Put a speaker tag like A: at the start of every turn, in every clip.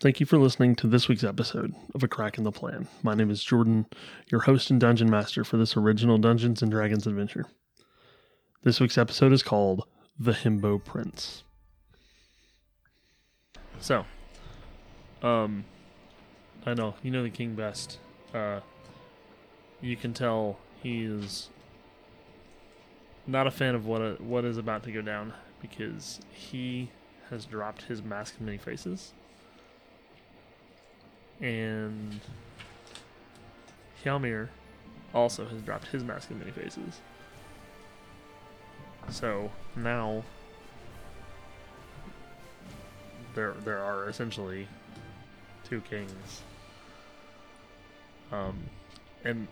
A: Thank you for listening to this week's episode of A Crack in the Plan. My name is Jordan, your host and dungeon master for this original Dungeons and Dragons adventure. This week's episode is called The Himbo Prince. So, um, I know, you know the king best. Uh, you can tell he is not a fan of what, what is about to go down because he has dropped his mask of many faces and Hjalmir also has dropped his mask of many faces. So now there there are essentially two kings. Um and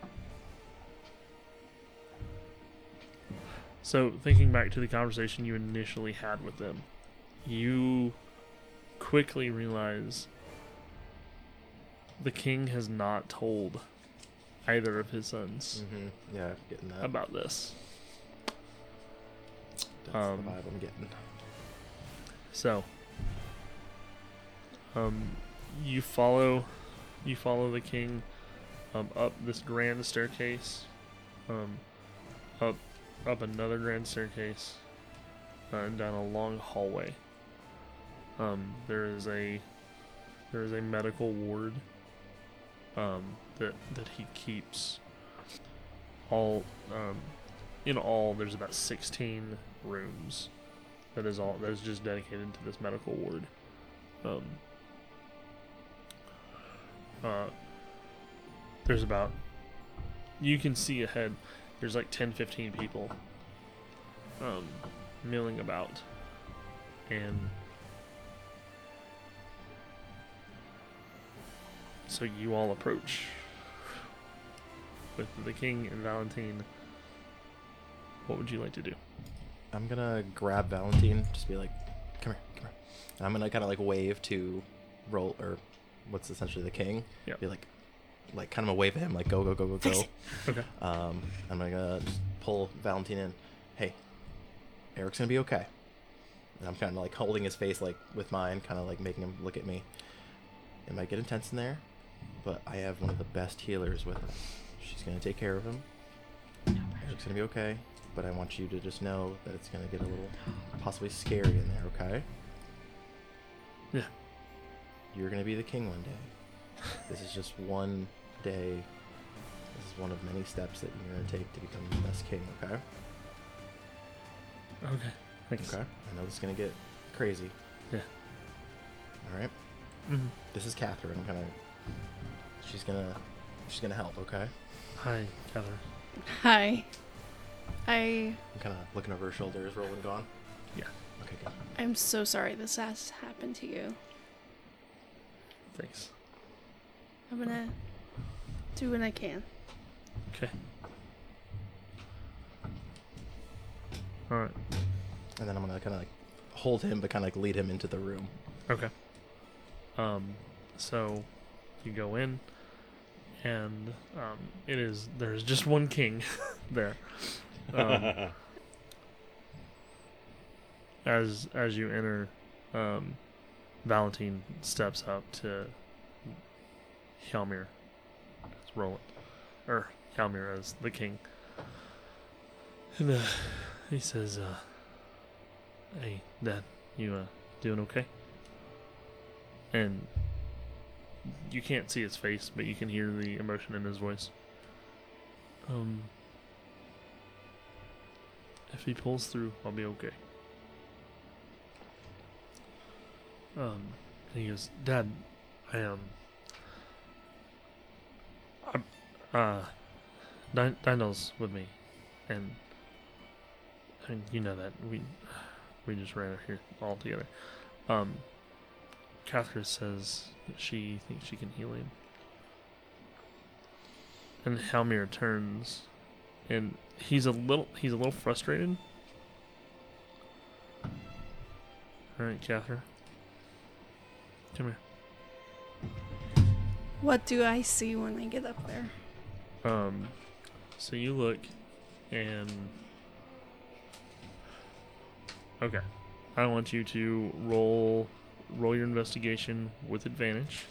A: so thinking back to the conversation you initially had with them, you quickly realize the king has not told either of his sons
B: Mm-hmm. Yeah, I'm getting that.
A: about this.
B: That's
A: um,
B: the vibe I'm getting.
A: So, um, you follow, you follow the king, um, up this grand staircase, um, up, up another grand staircase, uh, and down a long hallway. Um, there is a, there is a medical ward, um, that that he keeps. All, um, in all, there's about sixteen rooms that is all that is just dedicated to this medical ward. Um, uh, there's about you can see ahead. There's like 10, 15 people um, milling about, and so you all approach with the king and Valentine. What would you like to do?
B: I'm gonna grab Valentine, just be like, "Come here, come here," and I'm gonna kind of like wave to roll or what's essentially the king.
A: Yeah.
B: Be like, like kind of a wave at him, like go go go go go.
A: Okay.
B: um, I'm gonna just pull Valentine in. Hey, Eric's gonna be okay. And I'm kind of like holding his face like with mine, kind of like making him look at me. It might get intense in there, but I have one of the best healers with us. She's gonna take care of him. It's gonna be okay, but I want you to just know that it's gonna get a little possibly scary in there, okay?
A: Yeah.
B: You're gonna be the king one day. This is just one day. This is one of many steps that you're gonna take to become the best king, okay?
A: Okay. Thanks.
B: Okay. I know this is gonna get crazy.
A: Yeah.
B: Alright.
A: Mhm.
B: This is Catherine. I'm gonna She's gonna she's gonna help, okay?
A: Hi, Catherine.
C: Hi. I
B: I'm kinda looking over her shoulder, is Roland gone?
A: Yeah.
B: Okay, good.
C: I'm so sorry this has happened to you.
A: Thanks.
C: I'm gonna do what I can.
A: Okay. All right.
B: And then I'm gonna kinda like hold him but kinda like lead him into the room.
A: Okay. Um, so you go in, and um, it is there's just one king there. Um, as as you enter, um, Valentine steps up to Hjalmir as Roland, or Hjalmir as the king, and uh, he says, uh, "Hey, Dad, you uh, doing okay?" and you can't see his face, but you can hear the emotion in his voice. Um, if he pulls through, I'll be okay. Um, and he goes, Dad, I um, I'm, uh, Din- Dino's with me, and and you know that we we just ran out here all together. Um, Catherine says that she thinks she can heal him. And Halmir turns and he's a little he's a little frustrated. Alright, Catherine. Come here.
C: What do I see when I get up there?
A: Um, so you look, and okay, I want you to roll
D: roll your investigation with advantage.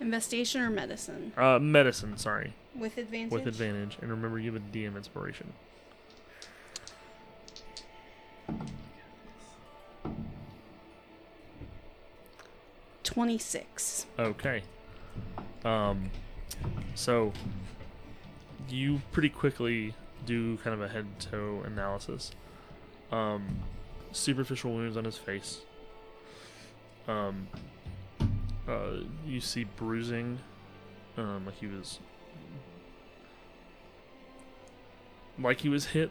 C: Investigation or medicine?
D: Uh, medicine, sorry,
C: With advantage?
D: with advantage, and remember you have a DM inspiration.
C: Twenty-six.
D: Okay. Um, so you pretty quickly do kind of a head toe analysis. Um, superficial wounds on his face. Um, uh, you see bruising, um, like he was, like he was hit.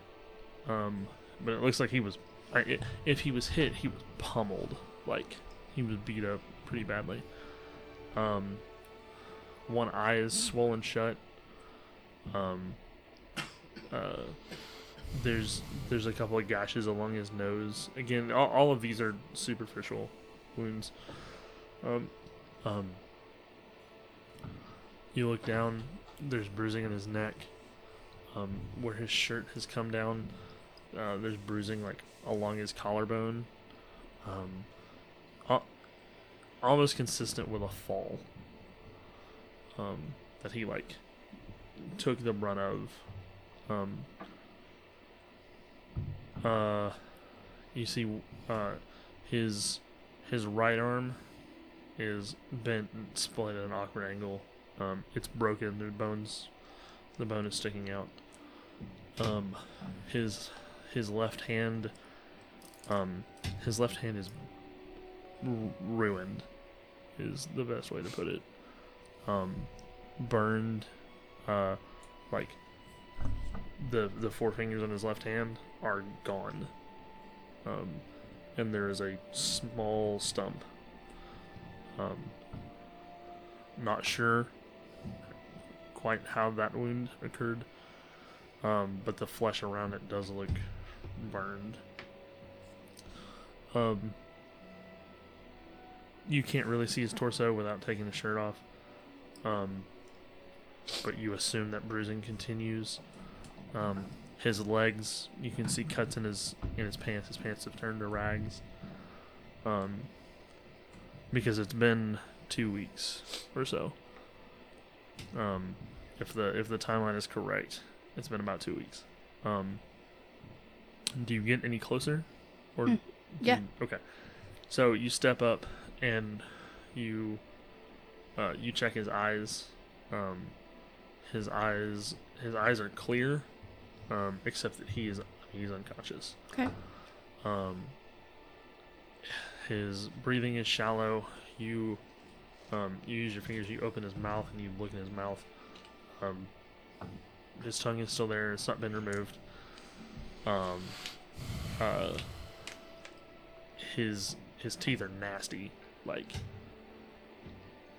D: Um, but it looks like he was, I- i- if he was hit, he was pummeled. Like he was beat up pretty badly. Um, one eye is swollen shut. Um, uh, there's there's a couple of gashes along his nose. Again, all, all of these are superficial wounds. Um, um, you look down. There's bruising in his neck. Um, where his shirt has come down, uh, there's bruising like along his collarbone. Um, al- almost consistent with a fall um, that he like took the brunt of. Um, uh, you see, uh, his his right arm is bent and split at an awkward angle. Um, it's broken. The bones, the bone is sticking out. Um, his his left hand, um, his left hand is ru- ruined. Is the best way to put it um, burned, uh, like the the four fingers on his left hand are gone, um, and there is a small stump. Um, not sure quite how that wound occurred, um, but the flesh around it does look burned. Um, you can't really see his torso without taking the shirt off. Um, but you assume that bruising continues. Um, his legs, you can see cuts in his in his pants. His pants have turned to rags. Um, because it's been two weeks or so. Um, if the if the timeline is correct, it's been about two weeks. Um, do you get any closer? Or
C: Mm,
D: do
C: yeah.
D: you- okay. So you step up and you uh, you check his eyes. Um, his eyes his eyes are clear, um, except that he is he's unconscious.
C: Okay.
D: Um, his breathing is shallow. You um, you use your fingers. You open his mouth and you look in his mouth. Um, his tongue is still there. It's not been removed. Um, uh, his his teeth are nasty. Like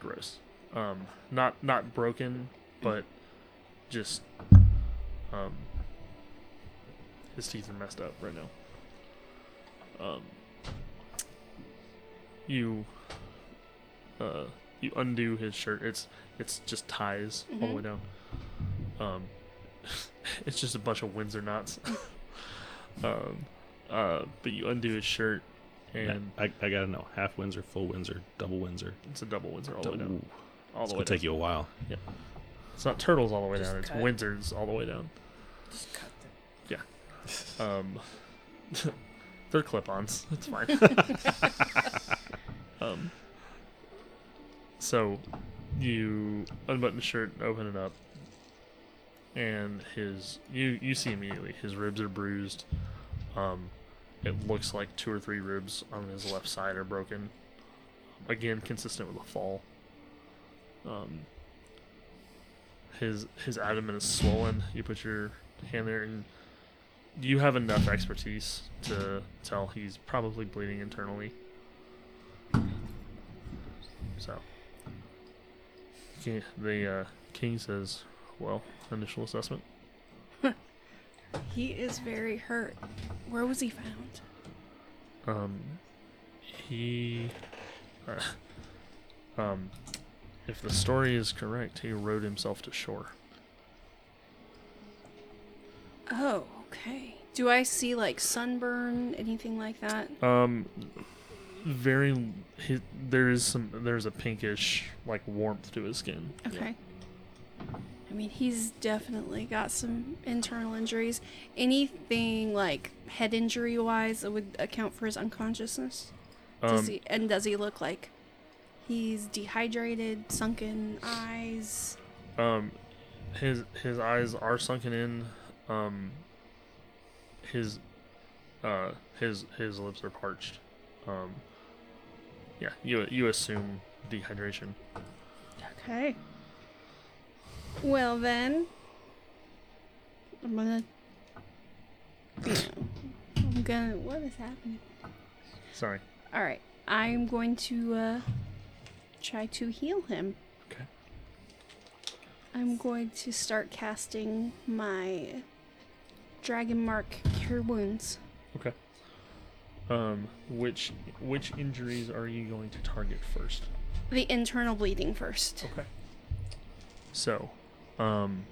D: gross. Um, not not broken, but just um, his teeth are messed up right now. Um, you uh, you undo his shirt. It's it's just ties all the way down. Um, it's just a bunch of Windsor knots. um, uh, but you undo his shirt, and
E: I, I gotta know. Half Windsor, full Windsor, double Windsor.
D: it's a double Windsor all the way
E: Double.
D: down. All
E: It's
D: the
E: gonna
D: way down.
E: take you a while.
D: It's not turtles all the way
F: Just
D: down. It's
F: cut.
D: Windsors all the way down.
F: Just cut them.
D: Um, they're clip-ons. It's fine. um, so you unbutton the shirt, open it up, and his you you see immediately his ribs are bruised. Um, it looks like two or three ribs on his left side are broken. Again, consistent with a fall. Um, his his abdomen is swollen. You put your hand there and you have enough expertise to tell he's probably bleeding internally. So, Ki- the uh, king says, "Well, initial assessment.
C: He is very hurt. Where was he found?
D: Um, he, uh, um, if the story is correct, he rowed himself to shore.
C: Oh, okay. Do I see like sunburn, anything like that?
D: Um, very hi there is some there's a pinkish like warmth to his skin.
C: Okay. I mean, he's definitely got some internal injuries. Anything like head injury wise that would account for his unconsciousness? Does
D: Um,
C: he, and does he look like he's dehydrated, sunken eyes?
D: um, his his eyes are sunken in. Um, his uh his his lips are parched. Um, yeah, you you assume dehydration.
C: Okay. Well then, I'm gonna. you know, I'm gonna. What is happening?
D: Sorry.
C: All right, I'm going to uh, try to heal him.
B: Okay.
C: I'm going to start casting my dragon mark cure wounds.
D: Okay. Um, which which injuries are you going to target first?
C: The internal bleeding first.
D: Okay. So, um,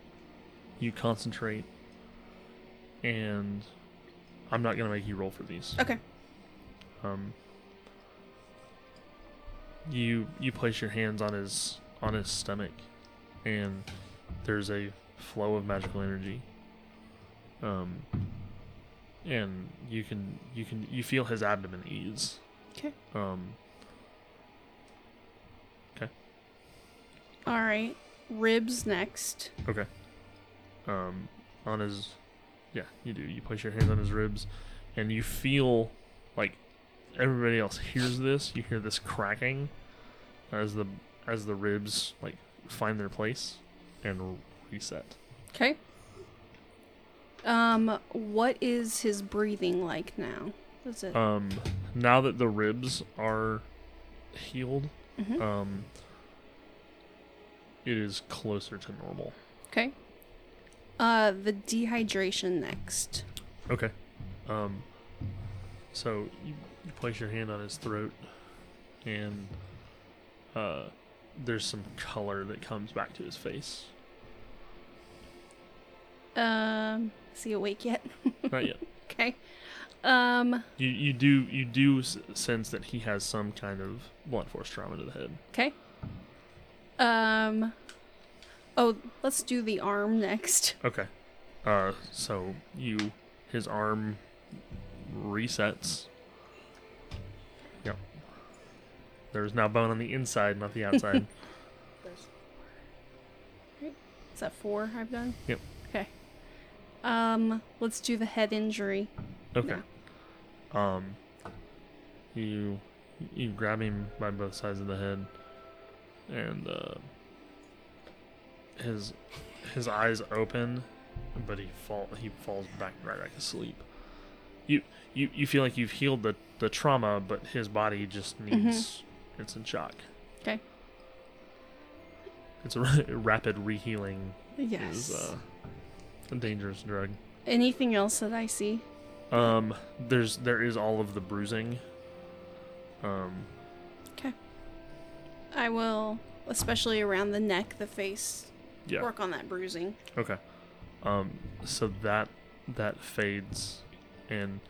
D: you concentrate, and I'm not gonna make you roll for these.
C: Okay.
D: Um, you you place your hands on his on his stomach, and there's a flow of magical energy. Um, and you can you can you feel his abdomen ease.
C: Okay.
D: Um,
C: All right. Ribs next.
D: Okay. Um, on his, yeah, you do. You place your hands on his ribs, and you feel like everybody else hears this. You hear this cracking as the as the ribs like find their place and reset.
C: Okay. Um, what is his breathing like now? Is it?
D: Um, now that the ribs are healed,
C: Mhm.
D: um, it is closer to normal.
C: Okay. Uh, the dehydration next.
D: Okay. Um. So you, you place your hand on his throat, and uh, there's some color that comes back to his face.
C: Um, is he awake yet?
D: Not yet.
C: okay. Um,
D: You you do you do s- sense that he has some kind of blunt force trauma to the head.
C: okay. Um, oh, let's do the arm next.
D: Okay. Uh. So you his arm resets. Yep. There's now bone on the inside, not the outside.
C: Is that four I've done?
D: Yep.
C: Okay. Um, let's do the head injury.
D: Okay. Um, you you grab him by both sides of the head, and uh, his his eyes open, but he fall he falls back right back asleep. You you you feel like you've healed the the trauma, but his body just needs it's in shock.
C: Mm-hmm. Okay.
D: It's a ra- rapid rehealing
C: Yes.
D: is uh, a dangerous drug.
C: Anything else that I see?
D: Um, there's there is all of the bruising. Um,
C: I will, especially around the neck, the face,
D: yeah.
C: work on that bruising.
D: Okay. Um, so that that fades, and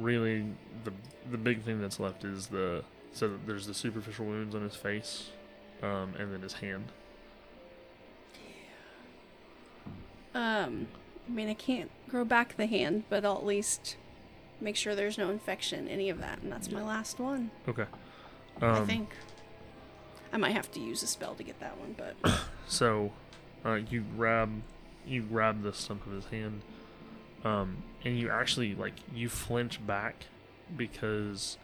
D: really the the big thing that's left is the so that there's the superficial wounds on his face, um, and then his hand.
C: Um, I mean, I can't grow back the hand, but I'll at least make sure there's no infection, any of that, and that's my last one,
D: Okay. Um,
C: I think. I might have to use a spell to get that one, but
D: So, uh, you grab you grab the stump of his hand, um, and you actually like you flinch back because,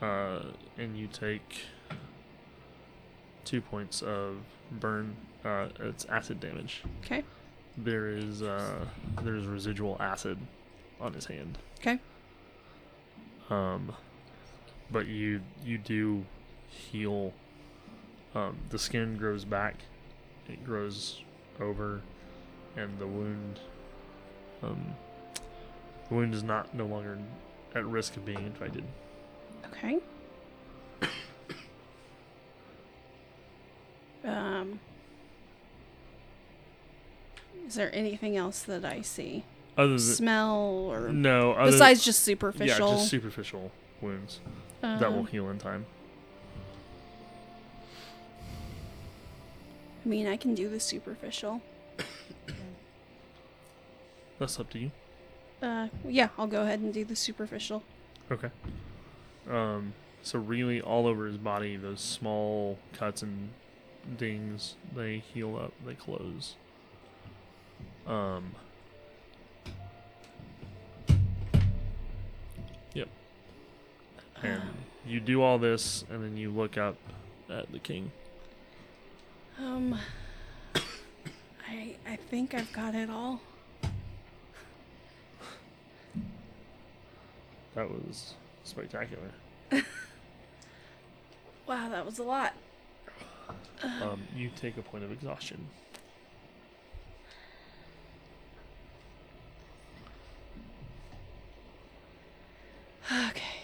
D: uh, and you take two points of burn. Uh, it's acid damage.
C: okay,
D: There is uh, there's residual acid on his hand.
C: okay,
D: Um, but you you do heal. Um, the skin grows back, it grows over, and the wound, um, the wound is not no longer at risk of being infected.
C: okay. um, is there anything else that I see?
D: Other than
C: smell or
D: no, other
C: besides just
D: than, yeah,
C: superficial.
D: just superficial wounds that will
C: um,
D: heal in time.
C: I mean, I can do the superficial.
D: That's up to you.
C: Uh, yeah, I'll go ahead and do the superficial.
D: Okay. Um, so really, all over his body, those small cuts and dings, they heal up, they close. Um. Yep. And you do all this, and then you look up at the king.
C: Um, I I think I've got it all.
D: That was spectacular.
C: Wow, that was a lot.
D: Um, you take a point of exhaustion.
C: Okay.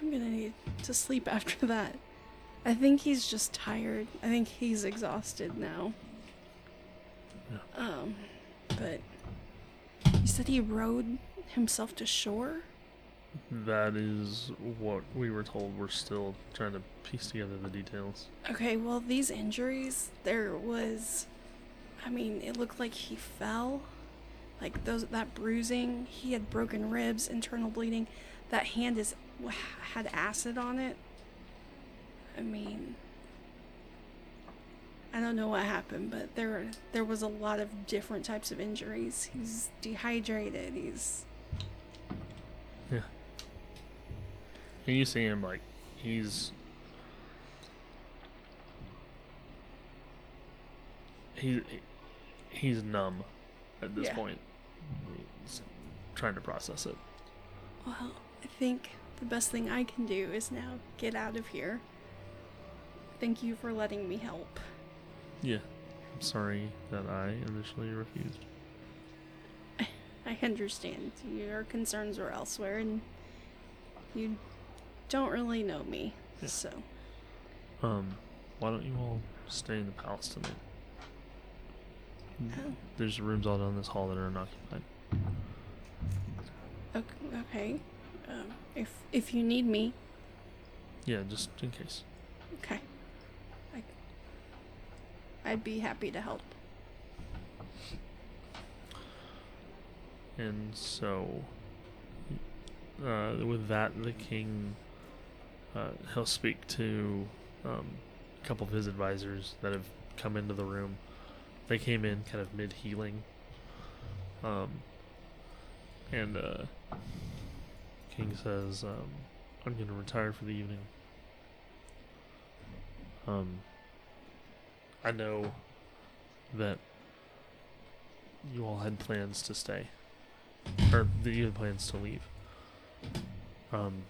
C: I'm gonna need to sleep after that. I think he's just tired. I think he's exhausted now. Um, but you said he rowed himself to shore?
D: That is what we were told. We're still trying to piece together the details.
C: Okay, well, these injuries, there was. I mean, it looked like he fell. Like those, that bruising, he had broken ribs, internal bleeding. That hand is had acid on it. I mean, I don't know what happened, but there there was a lot of different types of injuries. He's dehydrated. He's
D: Yeah. And you see him like he's he he's numb at this
C: Yeah.
D: point. He's trying to process it.
C: well. I think the best thing I can do is now get out of here. Thank you for letting me help.
D: Yeah. I'm sorry that I initially refused.
C: I understand. Your concerns were elsewhere, and you don't really know me. So,
D: Um, why don't you all stay in the palace tonight?
C: oh,
D: There's rooms all down this hall that are unoccupied.
C: Oh, ok- okay. Um, if if you need me,
D: Yeah, just in case.
C: okay. I, I'd be happy to help.
D: And so, uh, with that, the king uh, he'll speak to um, a couple of his advisors that have come into the room. They came in kind of mid healing, um, and uh, King says, um, "I'm going to retire for the evening." Um, I know that you all had plans to stay or the you had plans to leave. Um,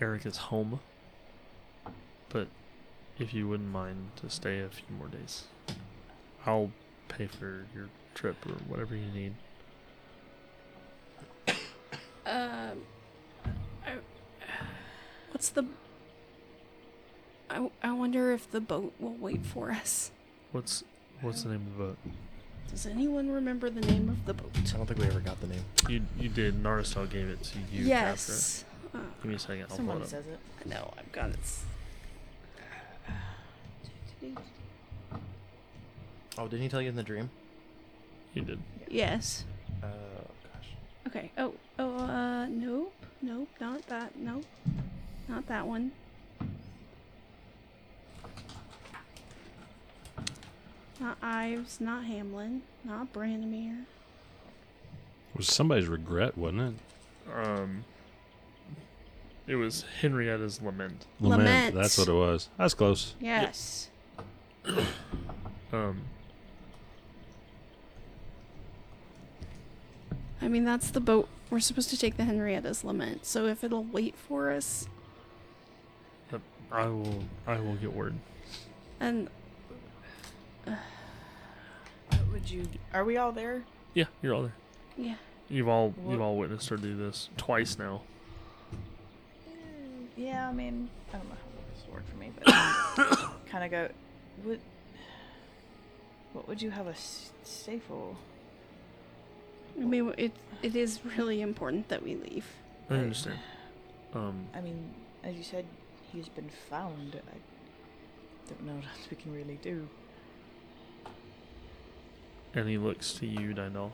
D: Eric is home, but if you wouldn't mind to stay a few more days, I'll pay for your trip or whatever you need.
C: Um, I, what's the? I, I wonder if the boat will wait for us.
D: What's what's the name of the boat?
C: Does anyone remember the name of the boat?
B: I don't think we ever got the name.
D: You you did. Naristal gave it to you. Catherine.
C: yes. Uh,
D: Give me a second. I'll
F: Someone
D: pull it up.
F: says it.
C: no, I've got it.
B: Oh, didn't he tell you in the dream?
D: You did.
C: Yes.
B: Oh gosh.
C: Okay. Oh. Oh. Uh. Nope. Nope. Not that. Nope. Not that one. Not Ives. Not Hamlin. Not Brandomir.
E: It was somebody's regret, wasn't
D: Um, it was Henrietta's lament.
E: it?
C: Lament.
E: That's what it was. That's close.
C: Yes.
D: Um,
C: I mean, that's the boat we're supposed to take. The Henrietta's Lament. So if it'll wait for us,
D: Yep, I will. I will get word.
C: and
F: What would you? Are we all there?
D: Yeah, you're all there.
C: yeah.
D: You've all you've
F: What-
D: all witnessed her do this twice now.
F: Yeah, I mean, I don't know how this worked for me, but kind of go. What? What would you have us stay for?
C: I mean, it it is really important that we leave.
D: I understand. Um,
F: I mean, as you said, he's been found. I don't know what else we can really do.
D: and he looks to you, Dindal,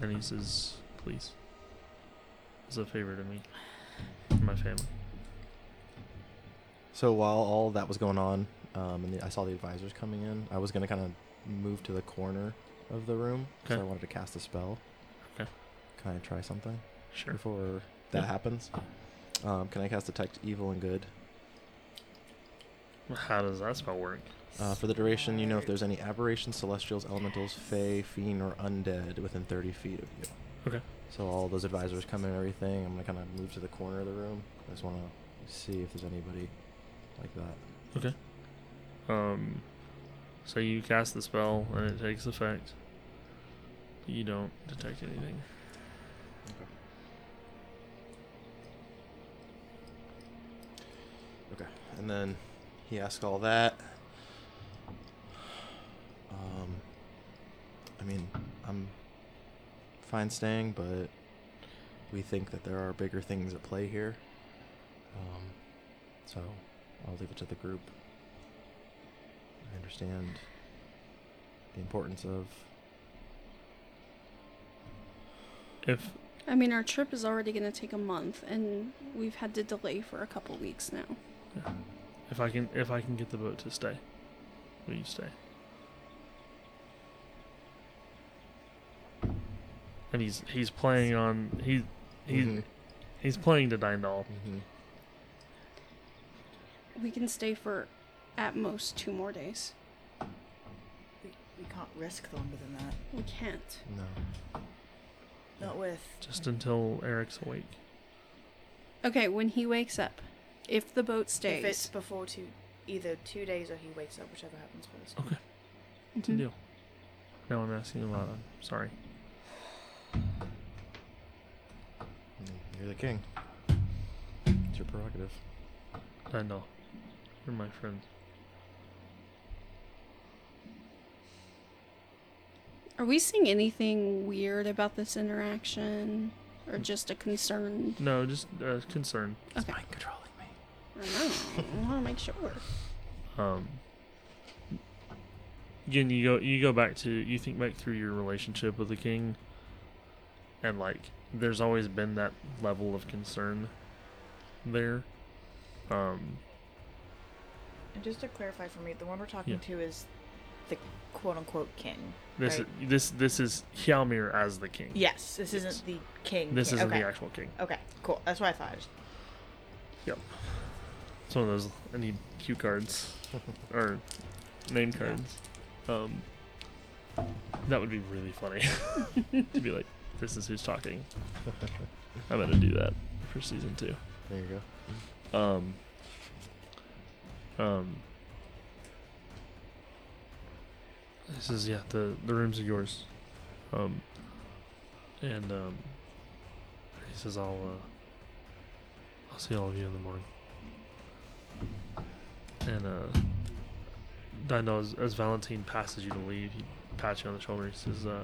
D: and he says, "Please, it's a favor to me, and my family."
B: So while all that was going on, um, and I saw the advisors coming in, I was gonna kind of move to the corner of the room because
D: Okay.
B: I wanted to cast a spell.
D: Okay.
B: Can I try something
D: Sure.
B: before that
D: Yeah.
B: happens? Um, can I cast detect evil and good?
D: How does that spell work?
B: Uh, for the duration, you know if there's any aberrations, celestials, elementals, fae, fiend, or undead within 30 feet of you.
D: Okay.
B: So all those advisors come in and everything. I'm gonna kind of move to the corner of the room. I just want to see if there's anybody like that.
D: Um, so you cast the spell and it takes effect. You don't detect anything.
B: And then he asks all that. Um, I mean, I'm fine staying, but we think that there are bigger things at play here. Um, so I'll leave it to the group. I understand the importance of
D: If
C: I mean, our trip is already going to take a month, and we've had to delay for a couple weeks now.
D: if I can if I can get the boat to stay, will you stay? And he's he's playing on he he's
B: Mm-hmm.
D: he's playing to Dindal.
B: Mhm.
C: We can stay for at most two more days.
F: We, we can't risk longer than that.
C: We can't.
B: No.
F: Not with.
D: Just until Eric's awake.
C: Okay, when he wakes up, if the boat stays,
A: If it's before two, either two days or he wakes up, whichever happens first.
D: Okay. It's a
C: Mhm.
D: deal. Now I'm asking a lot. I'm sorry.
B: mm-hmm. You're the king. It's your prerogative.
D: Dindal. You're my friend.
C: are we seeing anything weird about this interaction, or just a concern?
D: No, just uh, concern.
C: Okay,
B: Mind controlling me.
C: I don't know. I want to make sure.
D: um again you go you go back to you think back through your relationship with the king and like there's always been that level of concern there um
F: And just to clarify for me, the one we're talking
D: Yeah.
F: to is the quote unquote king.
D: this
F: Right.
D: this this is Hjalmir as the king
F: Yes, this
D: Yes.
F: isn't the king.
D: this
F: king.
D: isn't
F: okay.
D: the actual king
F: Okay, cool. That's what I thought. I just-
D: it's one of those I need cue cards or name cards um that would be really funny to be like this is who's talking I'm gonna do that for season two
B: There you go.
D: Um. Um. This is yeah. The the rooms are yours. Um. And um. He says I'll uh. I'll see all of you in the morning. And uh. Dino, as, as Valentine passes you to leave, he pats you on the shoulder. He says, uh,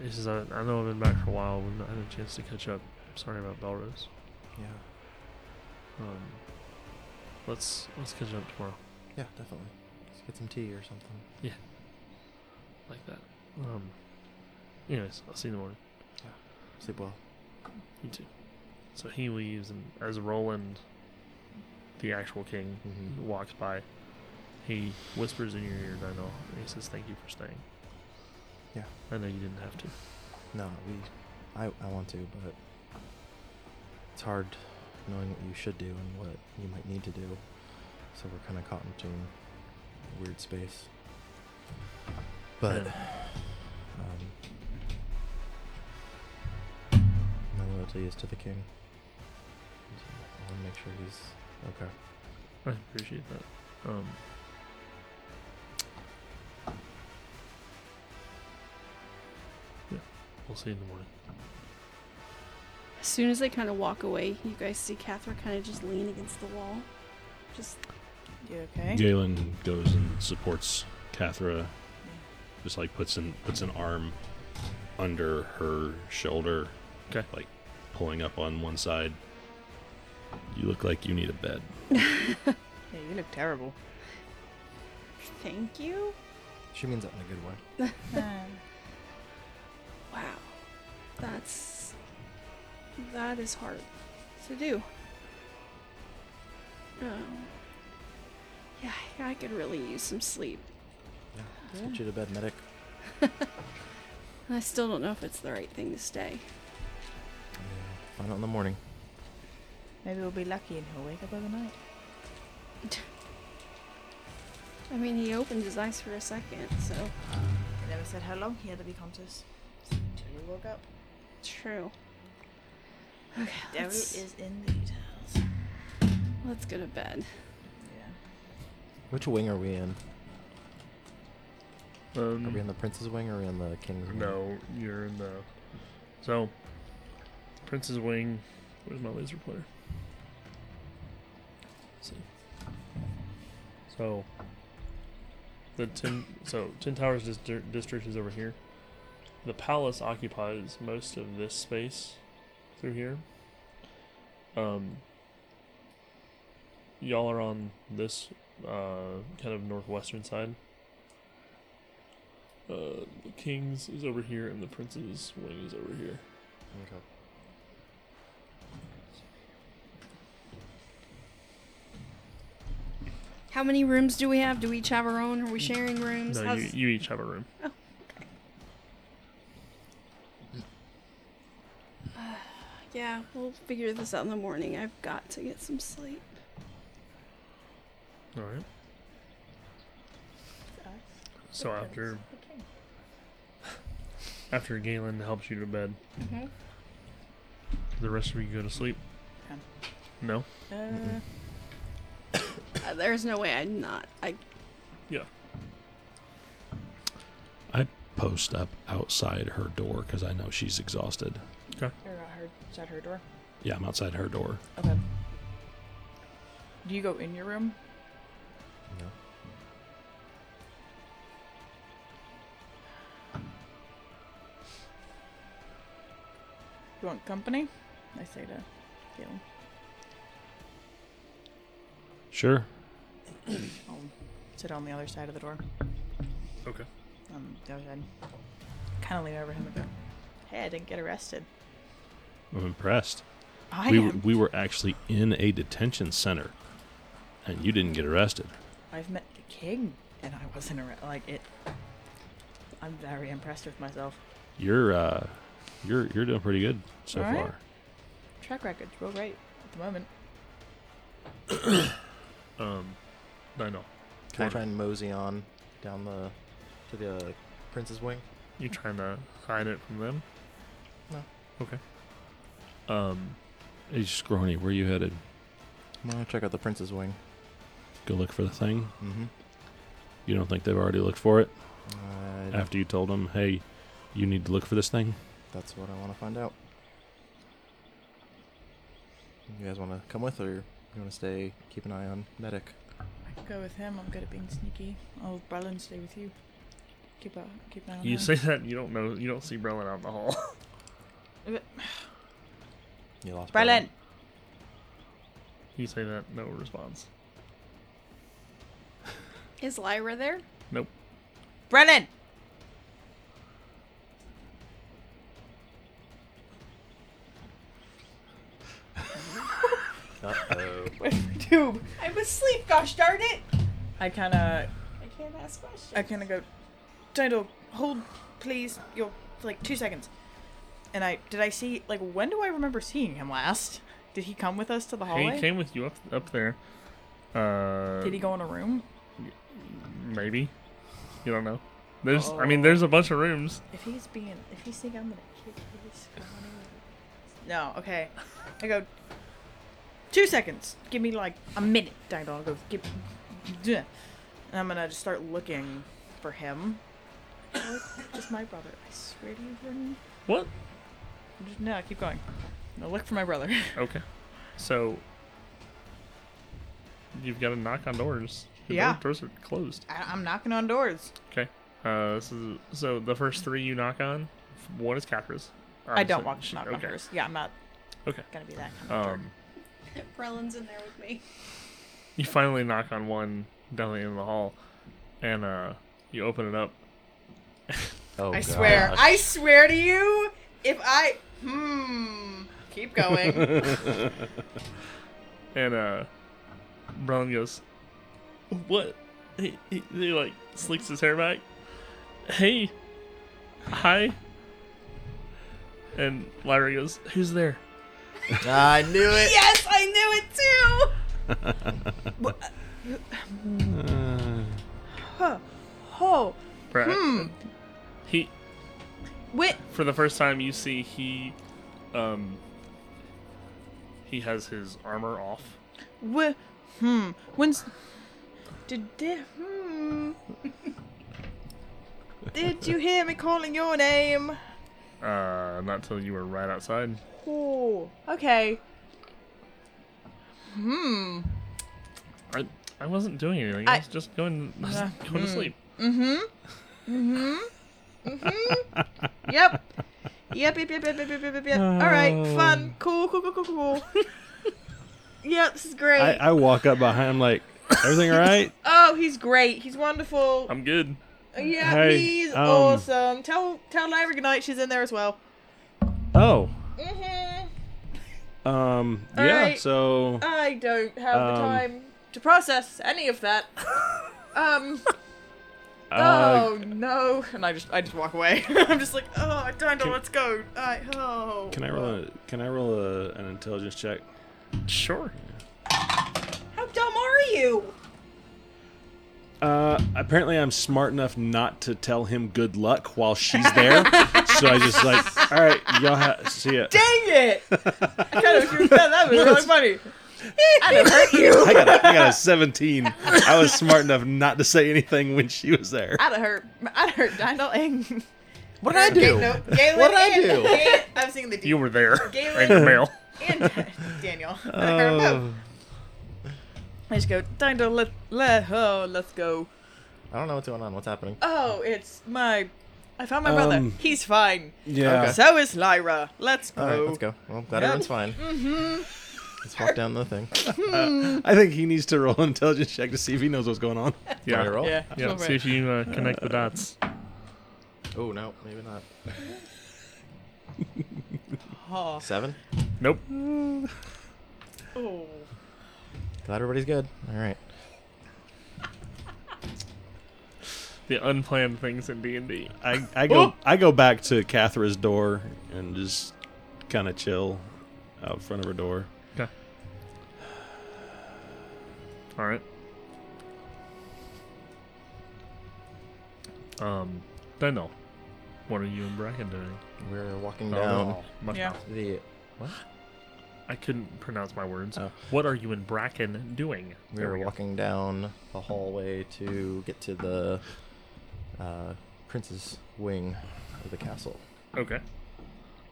D: "He says I, I know I've been back for a while. We've not had a chance to catch up. Sorry about Belrose."
B: Yeah.
D: Um, let's let's catch up tomorrow,
B: Yeah, definitely. Let's get some tea or something.
D: like that. Um. Anyways, I'll see you in the morning.
B: Sleep well.
D: You too. So he leaves, and as Roland, the actual king,
B: Mm-hmm.
D: walks by, he whispers in your ear, "I know." And he says, "Thank you for staying."
B: Yeah.
D: I know you didn't have to.
B: No, we. I, I want to, but it's hard knowing what you should do and what you might need to do. So we're kind of caught in between a weird space. But um, my loyalty is to the king. So I want to make sure he's okay.
D: I appreciate that. Um, yeah, we'll see you in the morning.
C: As soon as they kind of walk away, you guys see Catherine kind of just lean against the wall, just
F: You okay?
E: Galen goes and supports Cathra, just like puts in puts an arm under her shoulder,
D: Okay.
E: like pulling up on one side. You look like you need a bed.
F: Yeah, you look terrible.
A: Thank you.
B: She means that in a good way.
C: Wow. That's. That is hard to do. Um, yeah, I could really use some sleep.
B: Yeah. Let's get you to bed, medic.
C: And I still don't know if it's the right thing to stay.
B: Yeah. Find out in the morning.
F: Maybe we'll be lucky and he'll wake up overnight.
C: I mean, he opened his eyes for a second, so.
A: He never said how long he had to be conscious until he woke up.
C: True. Okay,
A: Derry
C: let's,
A: is in the details.
C: let's go to bed.
F: Yeah.
B: Which wing are we in?
D: Um,
B: Are we in the prince's wing or are we in the king's wing?
D: No, you're in the. So, Prince's Wing. Where's my laser pointer? Let's see. So, the tin. So Tin Towers dis- district is over here. The palace occupies most of this space through here. Um. Y'all are on this uh, kind of northwestern side. Uh, the king's is over here, and the prince's wing is over here.
B: Okay.
C: How many rooms do we have? Do we each have our own? Are we sharing rooms?
D: Mm. No,
C: How's-
D: you, you each have a room.
C: Yeah, we'll figure this out in the morning. I've got to get some sleep.
D: All right. So after after Galen helps you to bed,
C: Mhm.
D: the rest of you go to sleep.
F: Um.
D: No.
B: Mm-hmm.
F: Uh,
C: Uh, there's no way I'm not. I
D: Yeah.
E: I post up outside her door because I know she's exhausted.
F: you're at uh, her, is that her door?
E: Yeah, I'm outside her door.
F: Okay. Do you go in your room?
B: No.
F: You want company? I say to Galen.
E: Sure.
F: I'll sit on the other side of the door.
D: Okay.
F: Um, the other side. Kind of lean over him and go, "Hey, I didn't get arrested."
E: I'm impressed.
F: I
E: we,
F: am.
E: were, we were actually in a detention center and you didn't get arrested.
F: I've met the king, and I wasn't arrested. Like it. I'm very impressed with myself.
E: You're uh you're you're doing pretty good so
F: All right.
E: far.
F: Track record's real great at the moment.
D: Um, I know.
B: Can I
D: Sure.
B: try and mosey on down the to the uh, prince's wing?
D: You trying to hide it from them?
B: No.
D: Okay. Um,
E: Hey Scrawny, where you headed?
B: I'm gonna check out the prince's wing.
E: Go look for the thing.
B: Mm-hmm.
E: You don't think they've already looked for it
B: I
E: after you told them, "Hey, you need to look for this thing."
B: That's what I want to find out. You guys want to come with, or you want to stay, keep an eye on medic?
F: I can go with him. I'm good at being sneaky. I'll Brelin stay with you. Keep out. Keep an eye on
D: you
F: her.
D: say that you don't know. You don't see Brelin out in the hall.
B: You lost.
F: Brelin.
D: you say that. No response.
C: is Lyra there?
D: Nope.
F: Brelin.
B: Uh oh.
F: Tube.
A: I was asleep, gosh darn it!
F: I kind of.
A: I can't ask questions.
F: I kind of go. Tidal, hold, please. You're like two seconds. And I did I see like when do I remember seeing him last? Did he come with us to the hallway?
D: He came with you up up there. Uh,
F: Did he go in a room?
D: Maybe. You don't know. There's. I
F: Oh.
D: mean, there's a bunch of rooms.
F: If he's being, if he's thinking I'm gonna kick his No, okay. I go. Two seconds. Give me like a minute. Dang, I'll go. Give. And I'm gonna just start looking for him. Oh, Just my brother. I swear to you, Vernon.
D: What?
F: Just- No, keep going. No, look for my brother.
D: Okay. So you've got to knock on doors. The
F: Yeah.
D: Doors are closed.
F: I, I'm knocking on doors.
D: Okay. Uh, so, so the first three you knock on, One is Capra's.
G: I don't
D: Obviously,
G: walk
D: she-
G: knock
D: okay.
G: knockers. Yeah, I'm not
D: Okay.
G: gonna be that kind of jerk.
D: Um,
C: Brelin's in there with me.
D: you finally knock on one down the end of the hall, and uh, you open it up.
B: Oh,
F: I swear. I swear to you, if I. Hmm. Keep going.
D: And uh, Brown goes, "What?" He, he, he like slicks his hair back. Hey, hi. And Lyra goes, "Who's there?"
B: I knew it.
F: yes, I knew it too! uh,
G: Oh,
D: Brad. He,
G: wait.
D: for the first time, you see he, um, he has his armor off.
G: Wh- hmm. When's did they, hmm?
F: Did you hear me calling your name?
D: Uh, not till you were right outside.
G: Oh, okay.
F: Hmm.
D: I, I wasn't doing anything. I, Hmm. was just going, I was going to sleep.
F: Mm-hmm. Yep. Yep, yep, yep, yep, yep, yep, yep, yep, yep. All right,
E: Oh.
F: fun, cool, cool, cool, cool, cool. yep, this is great.
E: I, I walk up behind him like, everything all right?
F: Oh, he's great. He's wonderful. Uh,
D: I'm good.
F: yeah,
E: Um, Hey,
F: he's
E: um,
F: awesome. Tell tell Lyra goodnight. She's in there as well.
E: Oh,
F: hmm
E: um,
F: All
E: yeah.
F: right.
E: So
F: I don't have the
E: Um,
F: time to process any of that. um.
E: uh,
F: oh no! And I just I just walk away. I'm just like, oh, I don't know.
E: Can-
F: Let's go. I, oh.
E: can I roll? A, can I roll a, an intelligence check?
D: Sure.
F: How dumb are you?
E: Uh, apparently, I'm smart enough not to tell him good luck while she's there. so I just like, all right, y'all ha- see ya.
F: Dang it! I kind of that, that was really funny. I done hurt you.
E: I got, a, I got a 17. I was smart enough not to say anything when she was there.
F: I'd have hurt. I'd have hurt Dino and
B: What did I do?
F: no, Galen
B: What did I
F: and-
B: do?
F: and- I'm singing the D
D: You were there.
F: Galen.
D: And the mail.
F: and Daniel. I hurt 'em
B: Oh.
F: both. I just go, Dino, let let oh, let's go.
B: I don't know what's going on. What's happening?
F: Oh, it's my. I found my brother.
E: Um,
F: He's fine.
E: yeah.
B: Okay.
F: So is Lyra. Let's go.
B: All right, let's go. Well, glad everyone's fine. Mm-hmm. Let's walk down the thing.
E: I think he needs to roll an intelligence check to see if he knows what's going on.
B: Wanna
D: Yeah.
B: roll?
F: Yeah.
D: Yeah.
F: over
D: See if
F: it.
D: you uh, connect the dots.
B: Oh no, maybe not.
F: Oh.
B: Seven.
D: Nope.
F: Oh.
B: Glad everybody's good. All right.
D: The unplanned things in D and D.
E: I, I go I go back to Cathra's door and just kind of chill out front of her door.
D: Okay. All right. Um, Daniel, what are you and Bracken doing?
B: We're walking
D: Oh,
B: down
D: my
F: Yeah.
D: mouth.
B: the. What?
D: I couldn't pronounce my words.
B: Oh.
D: What are you and Bracken doing?
B: We
D: There
B: were
D: go.
B: walking down the hallway to get to the uh, prince's wing of the castle.
D: Okay.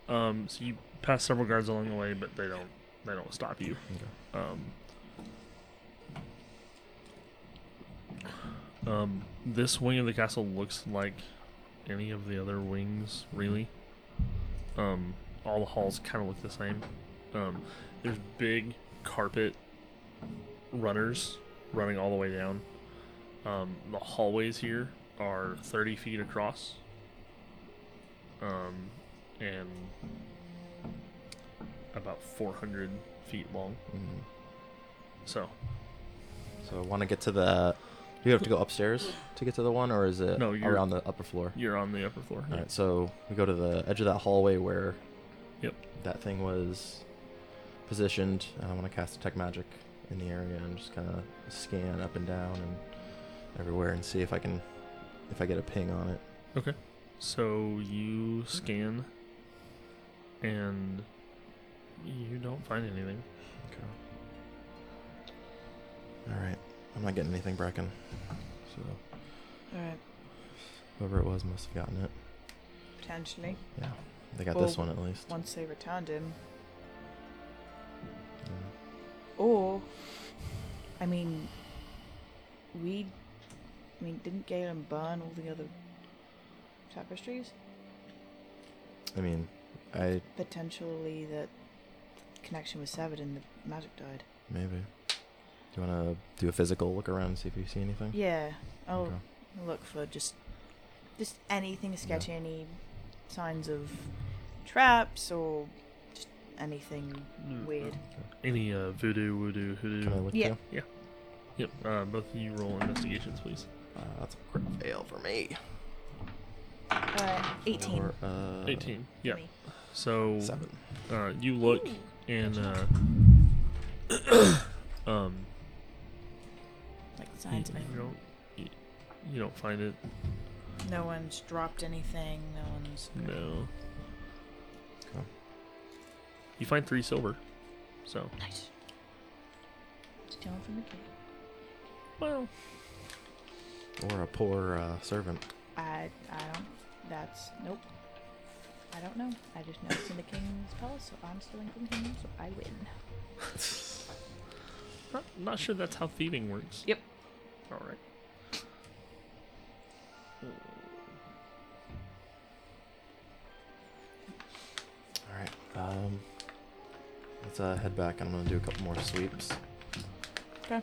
D: Um, so you pass several guards along the way, but they don't they don't stop you. Um, um, this wing of the castle looks like any of the other wings, really. Um, all the halls kind of look the same. Um, there's big carpet runners running all the way down. Um, the hallways here are 30 feet across. Um, and about 400 feet long. So,
B: Mm. So I want to get to the. Do you have to go upstairs to get to the one, or is it
D: No, you're-
B: around the upper floor?
D: you're on the upper floor.
B: All right. So we go to the edge of that hallway where
D: Yep.
B: that thing was positioned, and I want to cast detect magic in the area and just kind of scan up and down and everywhere and see if I can if I get a ping on it.
D: Okay. So you scan, and you don't find anything.
B: Okay. All right. I'm not getting anything, Bracken. So
G: All right,
B: whoever it was must have gotten it.
G: potentially
B: Yeah, they got this one at least.
G: once they returned him,
B: Mm.
G: or I mean, we. I mean, didn't Galen burn all the other tapestries?
B: I mean, I
F: Potentially the connection was severed and the magic died.
B: maybe. Do you want to do a physical look around and see if you see anything?
F: Yeah. I'll
B: Mm-hmm. Okay.
F: look for just just anything sketchy, any signs of traps or just anything weird.
D: Any uh, voodoo, voodoo, hoodoo?
B: Can I look
F: Yeah.
B: too?
D: Yep. Uh, both of you roll investigations, please.
B: Uh, that's a crit fail for me.
F: Uh, 18.
B: Or, uh,
D: 18. Yeah.
F: me.
D: So
B: Seven.
D: uh, you look and uh, um,
F: Like
D: you,
F: signs of
D: you don't you, you don't find it.
F: no one's dropped anything, no one's
D: No.
B: Okay.
D: You find three silver. So
F: Nice. Stealing from the king.
D: well,
B: Or a poor uh, servant.
F: I I don't that's nope. I don't know. I just know it's in the king's palace, so I'm stealing from him, so I win.
D: not, not sure that's how thieving works.
F: Yep.
D: All right.
B: All right. Um, let's uh, head back, and I'm gonna do a couple more sweeps.
F: Okay.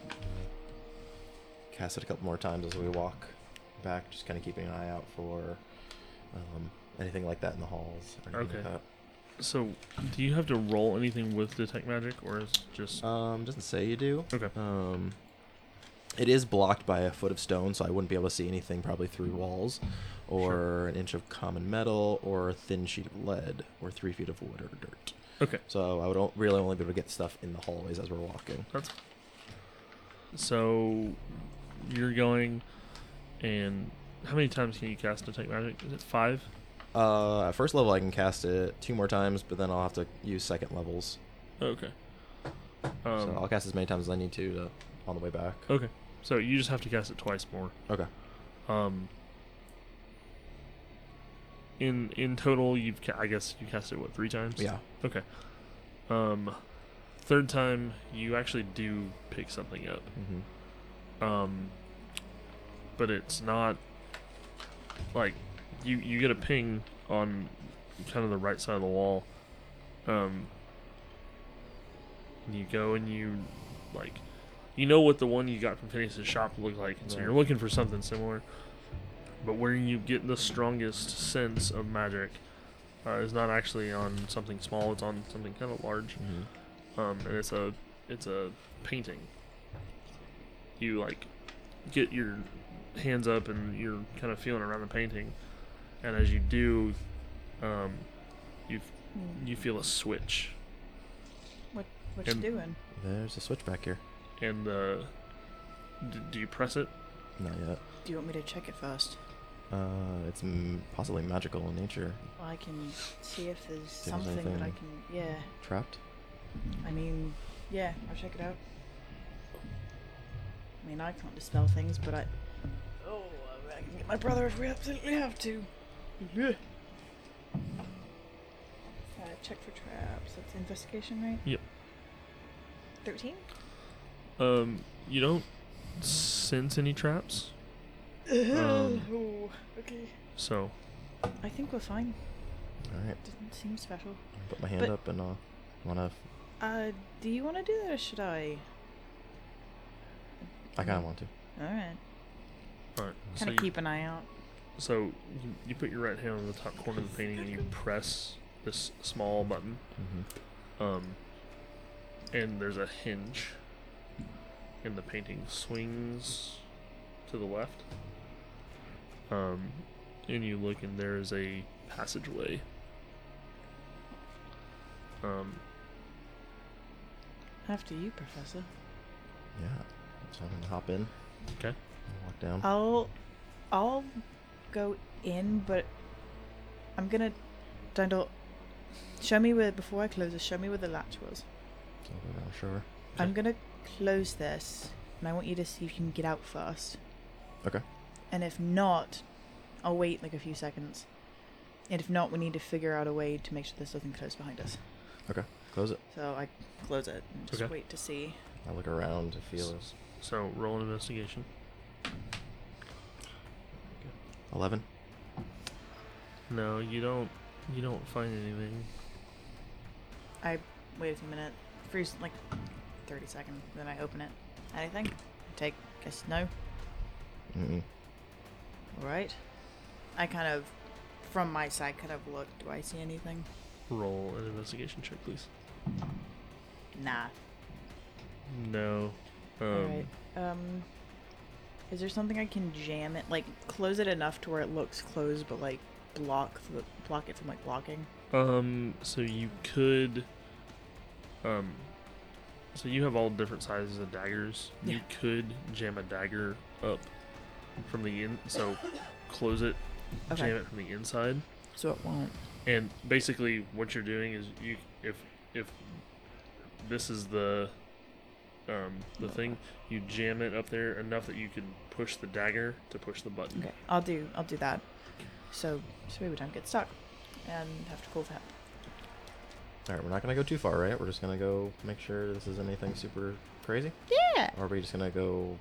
B: Cast it a couple more times as we walk back, just kind of keeping an eye out for um, anything like that in the halls. Or anything
D: Okay.
B: Like
D: So do you have to roll anything with detect magic, or is it just
B: that. Um, doesn't say you do.
D: okay?
B: Um, it is blocked by a foot of stone, so I wouldn't be able to see anything probably through walls, or an inch of common metal, or a thin sheet of lead, or three feet of wood or dirt.
D: Okay.
B: So I would o- really only be able to get stuff in the hallways as we're walking.
D: So you're going, and how many times can you cast detect magic? Is it five?
B: Uh, at first level, I can cast it two more times, but then I'll have to use second levels.
D: Okay. Um,
B: so I'll cast as many times as I need to, to on the way back.
D: okay. So you just have to cast it twice more.
B: Okay.
D: Um. In in total, you've ca- I guess you cast it what three times?
B: Yeah.
D: Okay. Um, third time you actually do pick something up.
B: Mm-hmm.
D: um, but it's not like you you get a ping on kind of the right side of the wall um and you go and you like you know what the one you got from Phineas's shop looked like and so
B: Right.
D: you're looking for something similar but where you get the strongest sense of magic uh, is not actually on something small it's on something kind of large
B: Mm-hmm.
D: um, and it's a it's a painting. You like get your hands up and you're kind of feeling around the painting, and as you do, um, you
F: Hmm.
D: you feel a switch,
F: What what you
D: And-
F: doing?
B: There's a switch back here.
D: and uh, d- do you press it?
B: Not yet.
F: Do you want me to check it first?
B: Uh, it's m- possibly magical in nature.
F: Well, I can see if there's
B: there's
F: something that I
B: anything-
F: can. Yeah,
B: Trapped?
F: I mean, yeah, I'll check it out. I mean, I can't dispel things, but I. Oh, I can get my brother if we absolutely have to. Yeah. Uh, check for traps. That's investigation, right?
D: Yep.
F: Thirteen.
D: Um, you don't sense any traps. Um,
F: Oh, okay.
D: so
F: I think we're fine.
B: All right.
F: Doesn't seem special.
B: I'll Put my hand
F: But-
B: up and uh, wanna.
F: Uh, do you want to do that or should I?
B: I kind of want to.
F: All right.
D: all right. so
F: Kind of
D: you-
F: keep an eye out.
D: So you, you put your right hand on the top corner of the painting and you press this small button.
B: Mm-hmm.
D: Um, and there's a hinge, and the painting swings to the left. Um, and you look, and there is a passageway. Um,
F: After you, Professor.
B: Yeah. So I'm gonna hop in.
D: Okay.
B: and Walk down.
F: I'll, I'll go in, but I'm gonna, Dandel, show me where before I close this. Show me where the latch was.
B: So I'll go down, sure.
F: I'm gonna close this, and I want you to see if you can get out first.
B: Okay.
F: And if not, I'll wait like a few seconds. And if not, we need to figure out a way to make sure this doesn't close behind us.
B: Okay. Close it.
F: So I close it and just
D: Okay.
F: wait to see.
B: I look around to feel. if-
D: so roll an investigation.
B: Eleven.
D: No, you don't. You don't find anything.
F: I wait a few minutes, freeze like 30 seconds, then I open it. Anything? Take, guess no.
B: Mm-mm.
F: All right. I kind of, from my side, kind of look. Do I see anything?
D: Roll an investigation check, please.
F: Nah.
D: No. Um,
F: All right. Um, is there something I can jam it, like close it enough to where it looks closed, but like block the block it from like blocking?
D: Um, so you could, um, so you have all different sizes of daggers. You could jam a dagger up from the in, so close it,
F: Okay.
D: jam it from the inside,
F: So it won't.
D: and basically what you're doing is you if if this is the um the thing you jam it up there enough that you can push the dagger to push the button.
F: Okay. I'll do. I'll do that. So so we don't get stuck, and have to call for help.
B: All right, we're not gonna go too far, right? We're just gonna go make sure this is anything super crazy.
F: Yeah.
B: Or are we just gonna go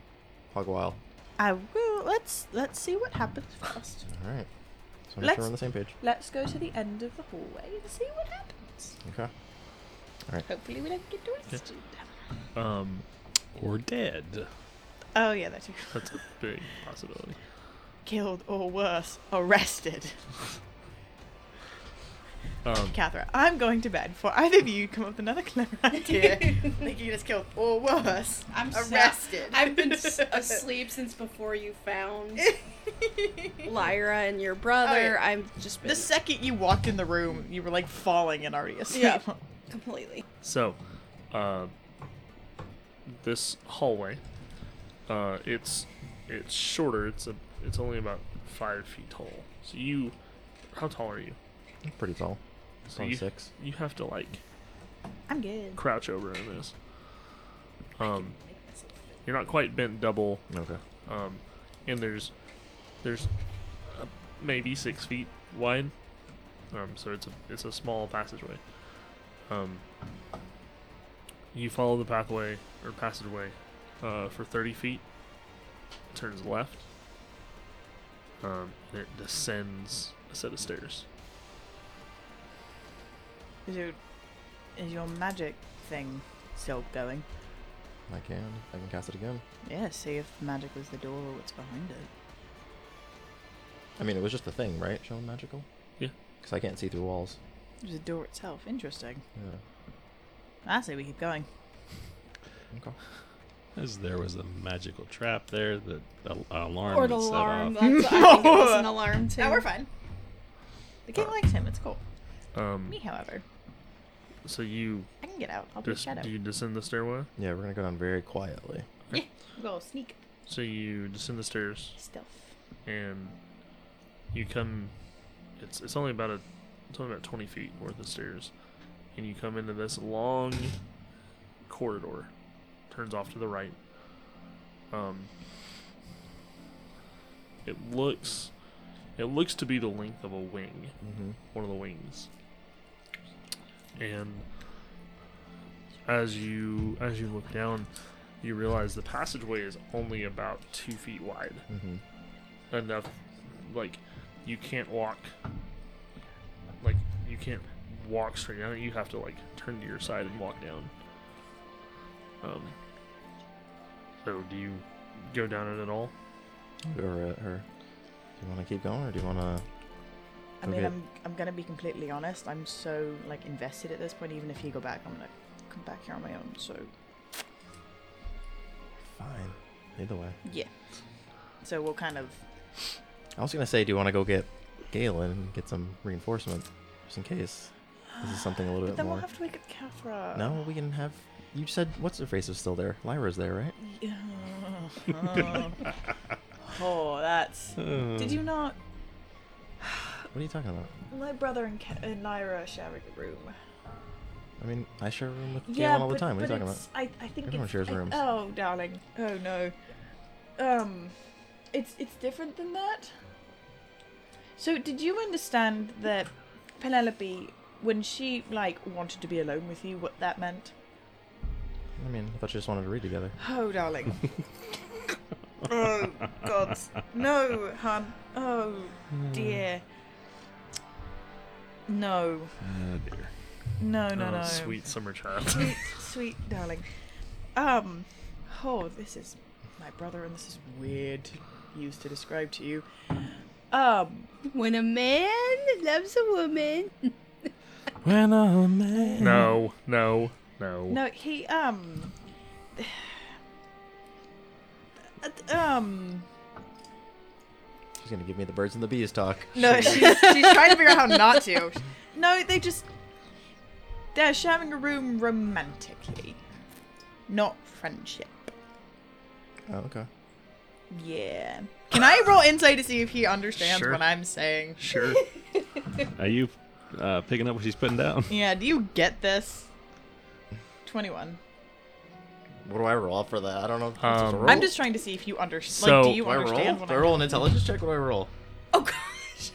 B: hog wild?
F: I will. Let's let's see what happens first.
B: All right. So make sure we're
F: Let's-
B: on the same page.
A: Let's go to the end of the hallway and see what happens.
B: Okay.
A: Hopefully, we don't get twisted.
D: Um,
E: Or dead.
F: Oh yeah, that too.
D: that's a big possibility.
F: Killed or worse, arrested.
D: Um,
F: Catherine, I'm going to bed. For either of you, come up with another clever idea. Think you just killed or worse,
A: I'm
F: arrested.
C: I've been s- asleep since before you found Lyra and your brother. I've just been
F: The second you walked in the room, you were like falling and already asleep.
C: Yeah. completely.
D: So, uh, this hallway, uh, it's it's shorter. It's a it's only about five feet tall. So you, how tall are you?
B: Pretty tall.
D: So
B: Probably
D: you,
B: six.
D: you have to like
F: I'm good.
D: crouch over in this. Um, you're not quite bent double,
B: Okay.
D: um, and there's there's uh, maybe six feet wide. Um, so it's a it's a small passageway. Um, you follow the pathway or passageway uh, for thirty feet, turns left, um, and it descends a set of stairs.
F: Is your, is your magic thing still going?
B: I can. I can cast it again.
F: Yeah, see if magic was the door or what's behind it.
B: I mean, it was just a thing, right? Showing magical.
D: Yeah.
B: Because I can't see through walls.
F: It was the door itself. Interesting.
B: Yeah.
F: I say we keep going.
B: Okay.
E: As there was a magical trap there, the al- alarm
C: Or the
E: was set
C: alarm.
E: off.
C: That's, I think it was an alarm too.
F: Now we're fine. The king likes him. It's cool.
D: Um,
F: Me, however,
D: so you
F: I can get out. I'll be
D: just
F: shadow.
D: do you descend the stairway?
B: Yeah, we're gonna go down very quietly.
F: Go sneak
D: So you descend the stairs.
F: stealth.
D: and you come it's it's only about a it's only about 20 feet worth of stairs and you come into this long corridor turns off to the right um it looks it looks to be the length of a wing
B: Mm-hmm.
D: one of the wings. And as you as you look down, you realize the passageway is only about two feet wide.
B: Mhm.
D: Enough, like you can't walk. Like you can't walk straight down it. You have to like turn to your side and walk down. Um. So do you go down it at all?
B: Or at her. Do you want to keep going, or do you want to?
F: I
B: Okay.
F: mean, I'm I'm gonna be completely honest. I'm so like invested at this point. Even if you go back, I'm gonna come back here on my own. So
B: Fine. Either way.
F: yeah. So we'll kind of
B: I was gonna say, do you want to go get Galen and get some reinforcement, just in case this is something a little
F: But
B: bit
F: then
B: more?
F: we'll have uh, to wake up Cathra.
B: No, we can have. You said what's her face is still there. Lyra's there, right?
F: Yeah. oh, that's. Did you not?
B: What are you talking about?
F: My brother and, Ca- and Lyra sharing a room.
B: I mean, I share a room with
F: Yeah,
B: Galen all
F: but,
B: the time. What are
F: but
B: you talking about?
F: it's- I, I think
B: Everyone
F: it's,
B: shares
F: I-
B: rooms.
F: Oh, darling. Oh no. Um, it's it's different than that. So, did you understand that Penelope, when she like wanted to be alone with you, what that meant?
B: I mean, I thought you just wanted to read together.
F: Oh, darling. oh God, no, hon. Oh dear.
B: Hmm.
F: No.
E: Oh, dear.
F: No, no,
D: oh,
F: no.
D: sweet summer child.
F: Sweet, sweet darling. Um, oh, this is my brother, and this is weird used to describe to you. Um,
C: When a man loves a woman.
E: When a man.
D: no, no, no.
F: no, he, um, um,
B: She's gonna give me the birds and the bees talk.
F: no, she's, she's trying to figure out how not to. No, they just, they're sharing a room romantically, not friendship.
B: Oh, okay.
F: Yeah. Can I roll insight to see if he understands
D: Sure.
F: what I'm saying?
D: Sure.
E: Are you uh, picking up what she's putting down?
F: Yeah, do you get this? 21.
B: What do I roll for that? I don't know. What's
D: Um,
B: this a roll?
F: I'm just trying to see if you understand.
D: So-
F: like, do
B: Do
F: you
B: I roll?
F: understand
B: Do
F: what
B: I
F: I'm
B: roll an intelligence check? What do I roll?
C: Oh gosh.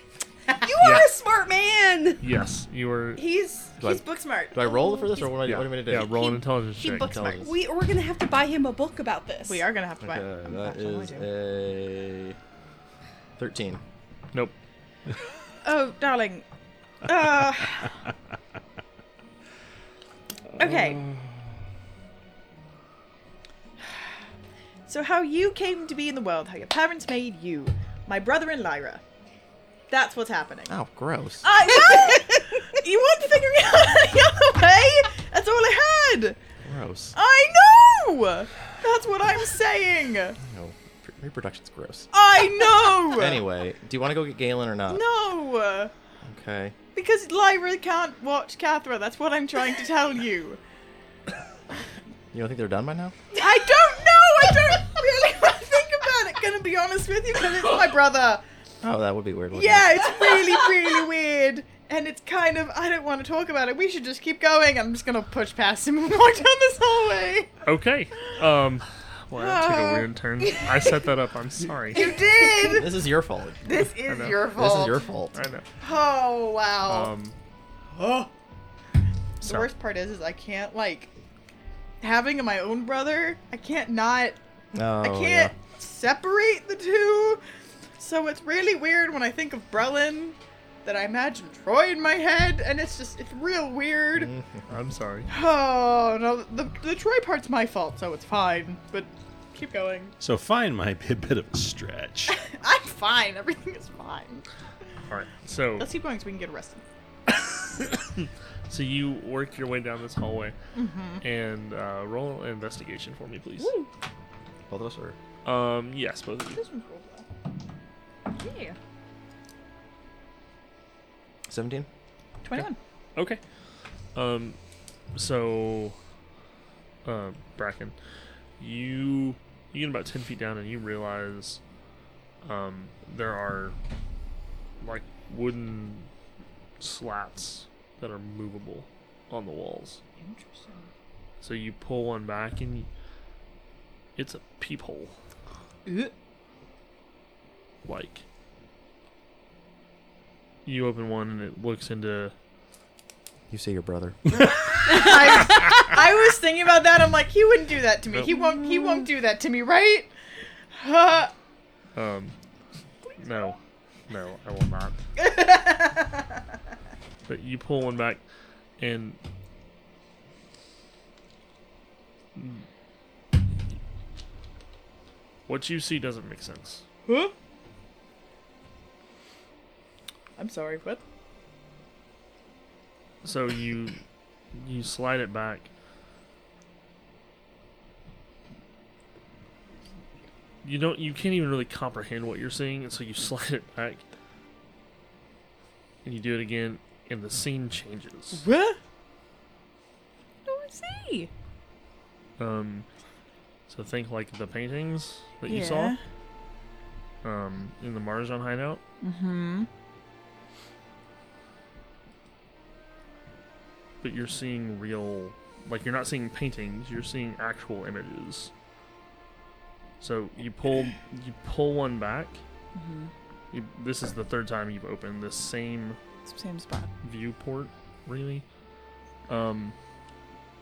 C: You
D: Yeah.
C: are a smart man.
D: yes, you were.
F: He's
B: Do I-
F: he's book smart.
B: Do I roll for this, or what am I, what am I gonna do?
D: yeah, roll an intelligence
F: he
D: check.
F: books smart.
B: intelligence.
C: We we're gonna have to buy him a book about this.
F: We are gonna have to buy.
B: Okay,
F: Oh,
B: that
F: gosh, what
B: is
F: am I doing?
B: a thirteen.
D: nope.
F: Oh, darling. Uh, okay. So how you came to be in the world, how your parents made you, my brother and Lyra. That's what's happening.
B: Oh, gross.
F: Ah. I well, you weren't figuring out any other way. That's all I had.
B: Gross.
F: I know. That's what I'm saying.
B: No, pre- reproduction's gross.
F: I know.
B: Anyway, do you want to go get Galen or not?
F: Ah. No,
B: Okay.
F: because Lyra can't watch Cathra. That's what I'm trying to tell you.
B: You don't think they're done by now?
F: I don't know. I don't really want to think about it. Gonna be honest with you, because it's my brother.
B: Oh, that would be weird. wouldn't it?
F: Yeah, it's really, really weird. And it's kind of, I don't want to talk about it. We should just keep going. I'm just going to push past him and walk down this hallway.
D: Okay. Um. Well, that took a
F: Ah.
D: weird turn. I set that up. I'm sorry.
F: You did.
B: This is your fault.
F: This
D: I
F: is
D: know.
F: your
B: This
F: fault.
B: is your fault.
D: I know.
F: Oh wow.
D: Um.
F: the
D: so-
F: worst part is, is I can't like having my own brother. I can't not.
B: No.
F: I can't separate the two. So it's really weird when I think of Brelin that I imagine Troy in my head, and it's just it's real weird.
D: I'm sorry.
F: Oh no, the the Troy part's my fault, so it's fine. But keep going.
E: So fine might be a bit of a stretch.
F: I'm fine. Everything is fine.
D: All right. So,
F: Let's keep going so we can get arrested.
D: so you work your way down this hallway, and uh, roll an investigation for me, please.
B: Both of us are.
D: Um. Yes, both of you.
F: This one's cool. Yeah.
B: 17?
F: Twenty-one.
D: Okay. Um, so, uh, Bracken, you you get about ten feet down and you realize, um, there are like wooden slats that are movable on the walls.
F: Interesting.
D: So you pull one back and it's a peephole, like. You open one and it looks into
B: You say your brother.
F: I, I was thinking about that. I'm like, he wouldn't do that to me. He won't. He won't do that to me, right? Huh.
D: Um, no, no, I will not. but you pull one back, and what you see doesn't make sense.
F: Huh? I'm sorry. What?
D: So you you slide it back. You don't you can't even really comprehend what you're seeing, and so you slide it back. And you do it again, and the scene changes.
F: What?
A: do I see?
D: Um so think like the paintings that you saw um in the Marjan hideout.
F: Mm-hmm.
D: but you're seeing real like you're not seeing paintings you're seeing actual images so you pull you pull one back
F: Mm-hmm.
D: you, this is the third time you've opened this same
F: Same spot.
D: viewport really um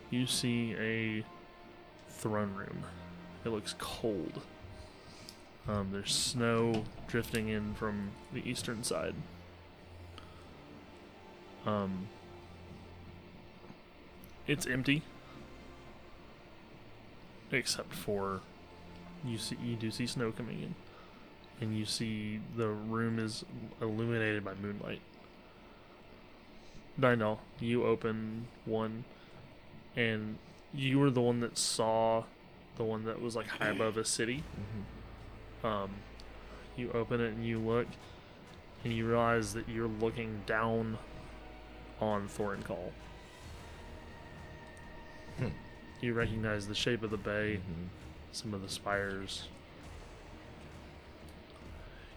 D: you see a throne room it looks cold um, there's snow drifting in from the eastern side Um, it's empty, except for you see you do see snow coming in, and you see the room is illuminated by moonlight. Dinal, you open one, and you were the one that saw the one that was like high above a city.
B: Mm-hmm.
D: Um, you open it and you look, and you realize that you're looking down on Thorin Call. You recognize the shape of the bay, some of the spires.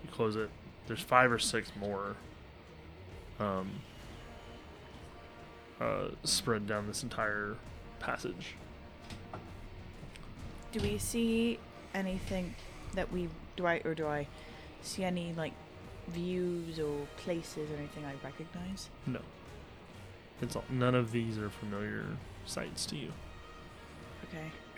D: You close it. There's five or six more um, uh, spread down this entire passage.
F: Do we see anything that we do I or do I see any like views or places or anything I recognize?
D: No. It's all, none of these are familiar sights to you.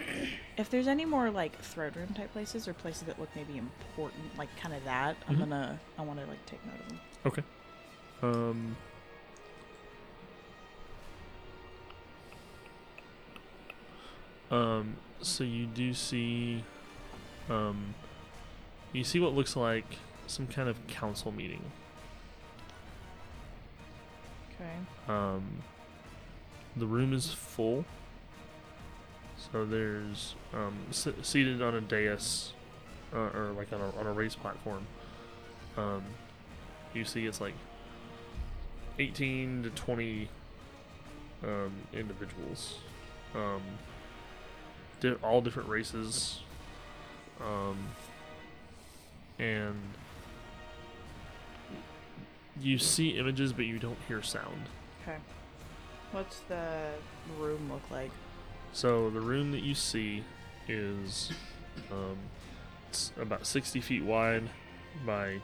F: Okay. If there's any more like throne room type places or places that look maybe important, like kind of that, I'm
D: Mhm.
F: gonna I want to like take note of them.
D: Okay. Um. Um. So you do see, um, you see what looks like some kind of council meeting.
F: Okay.
D: Um, the room is full. So there's um, s- seated on a dais, uh, or like on a, on a raised platform. Um, you see, it's like eighteen to twenty um, individuals, um, di- all different races, um, and you see images, but you don't hear sound.
F: Okay. What's the room look like?
D: So the room that you see is um, it's about 60 feet wide by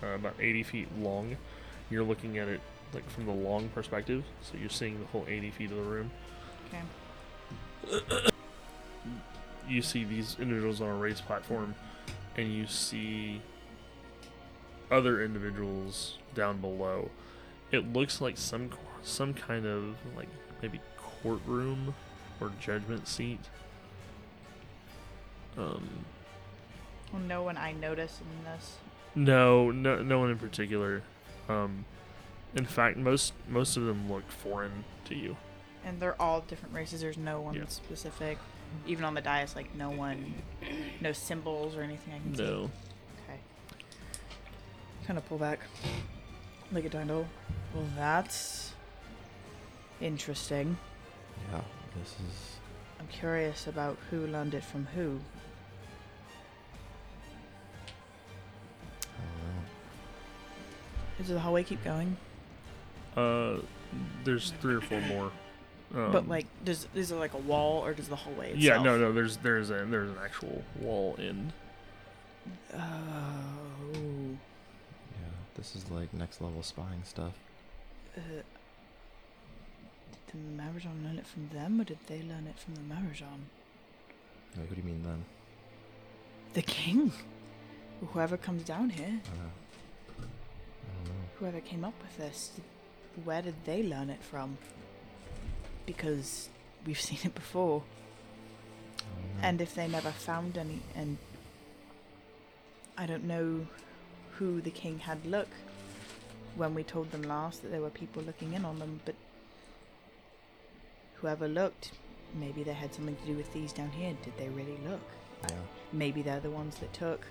D: uh, about 80 feet long. You're looking at it like from the long perspective, so you're seeing the whole 80 feet of the room.
F: Okay.
D: You see these individuals on a race platform, and you see other individuals down below. It looks like some some kind of like maybe courtroom or judgment seat. Um,
F: Well, no one I notice in this.
D: No, no, no one in particular. Um, in fact, most most of them look foreign to you.
F: And they're all different races. There's no one
D: Yeah.
F: specific. Even on the dais, like no one, no symbols or anything I can see.
D: No,
F: Okay. Kind of pull back. Look at Dindal. Well, that's interesting.
B: Yeah, this is.
F: I'm curious about who learned it from who.
B: I don't know.
F: Does the hallway keep going?
D: uh, there's three or four more. Um,
F: but like, does is it like a wall or does the hallway? Itself?
D: yeah, no, no. There's there's a there's an actual wall end.
F: Oh.
B: Yeah, this is like next level spying stuff.
F: Uh, did the Marajon learn it from them, or did they learn it from the Marajon?
B: Wait, what do you mean then?
F: The king, whoever comes down here,
B: I don't know. I don't know.
F: whoever came up with this, where did they learn it from? Because we've seen it before,
B: I don't know.
F: and if they never found any, and I don't know who the king had look when we told them last that there were people looking in on them, but whoever looked, maybe they had something to do with these down here. Did they really look?
B: yeah,
F: Maybe they're the ones that took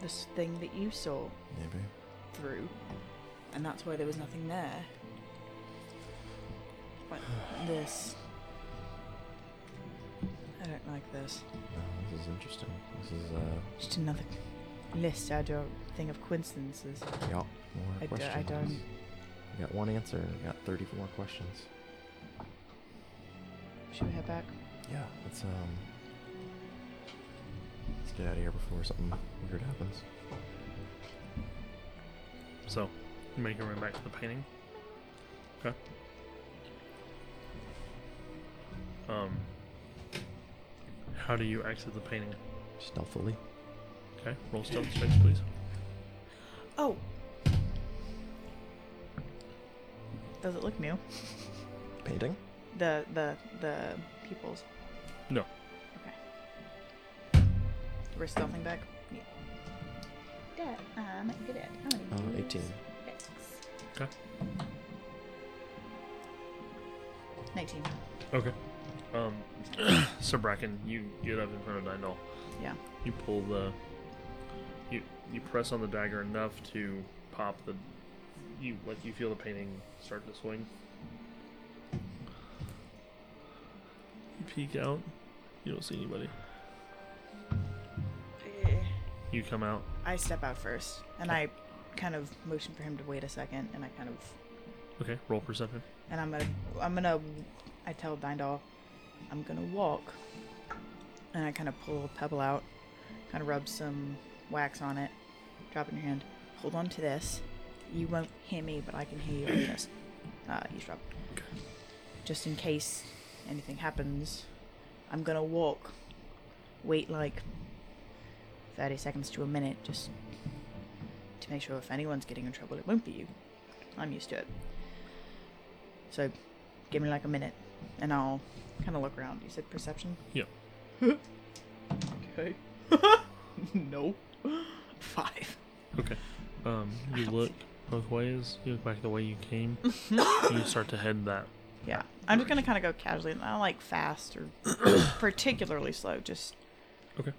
F: this thing that you saw
B: maybe.
F: through, and that's why there was nothing there. But this. I don't like this.
B: No, this is interesting. This is uh,
F: Just another list out of thing of coincidences.
B: yeah, more
F: I d-
B: questions.
F: I don't.
B: We got one answer. and We got thirty more questions.
F: Should we head back?
B: Yeah, let's um, let's get out of here before something weird happens.
D: So, make your way back to the painting. Okay. Um, how do you exit the painting?
B: Stealthily.
D: Okay, roll stealth checks, please.
C: Oh.
F: Does it look new?
B: Painting?
F: The the the pupils.
D: No.
F: Okay. We're stealthing back. Yeah. That I'm good at. I'm
B: Uh,
F: gonna use
B: 18.
F: X.
D: Okay.
F: Nineteen.
D: Okay. Um, so Bracken, you get up in front of Dindal.
F: Yeah.
D: You pull the. You you press on the dagger enough to pop the. You like you feel the painting start to swing. You peek out. You don't see anybody.
F: Eh.
D: You come out.
F: I step out first, and I kind of motion for him to wait a second, and I kind of,
D: Okay. Roll perception.
F: and I'm gonna, I'm gonna, I tell Dindal, I'm gonna walk, and I kind of pull a pebble out, kind of rub some wax on it, drop it in your hand, hold on to this. You won't hear me, but I can hear you on this. Uh, eavesdrop.
D: Okay.
F: Just in case anything happens, I'm gonna walk. Wait like 30 seconds to a minute just to make sure if anyone's getting in trouble, it won't be you. I'm used to it. So give me like a minute and I'll kind of look around. You said perception?
D: Yeah.
F: Okay. no. Five.
D: Okay. Um, you look both ways. You look back the way you came. you start to head that.
F: Yeah. I'm just going to kind of go casually, not like fast or particularly slow, just
D: Okay.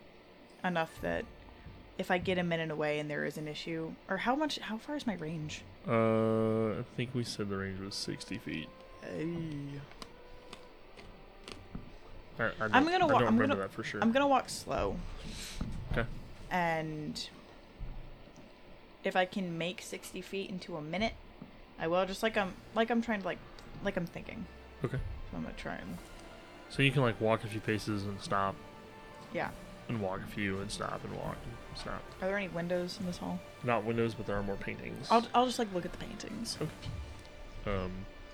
F: enough that if I get a minute away and there is an issue, or how much, how far is my range?
D: Uh, I think we said the range was sixty feet. I, I don't,
F: I'm gonna
D: I
F: wa-
D: don't
F: I'm
D: remember
F: gonna-
D: that for sure.
F: I'm going to walk slow.
D: Okay.
F: And if I can make 60 feet into a minute, I will. Just like I'm, like I'm trying to, like, like I'm thinking.
D: Okay.
F: So I'm going to try and,
D: So you can like walk a few paces and stop,
F: yeah.
D: and walk a few and stop and walk and stop.
F: Are there any windows in this hall?
D: Not windows, but there are more paintings.
F: I'll, I'll just like look at the paintings,
D: um,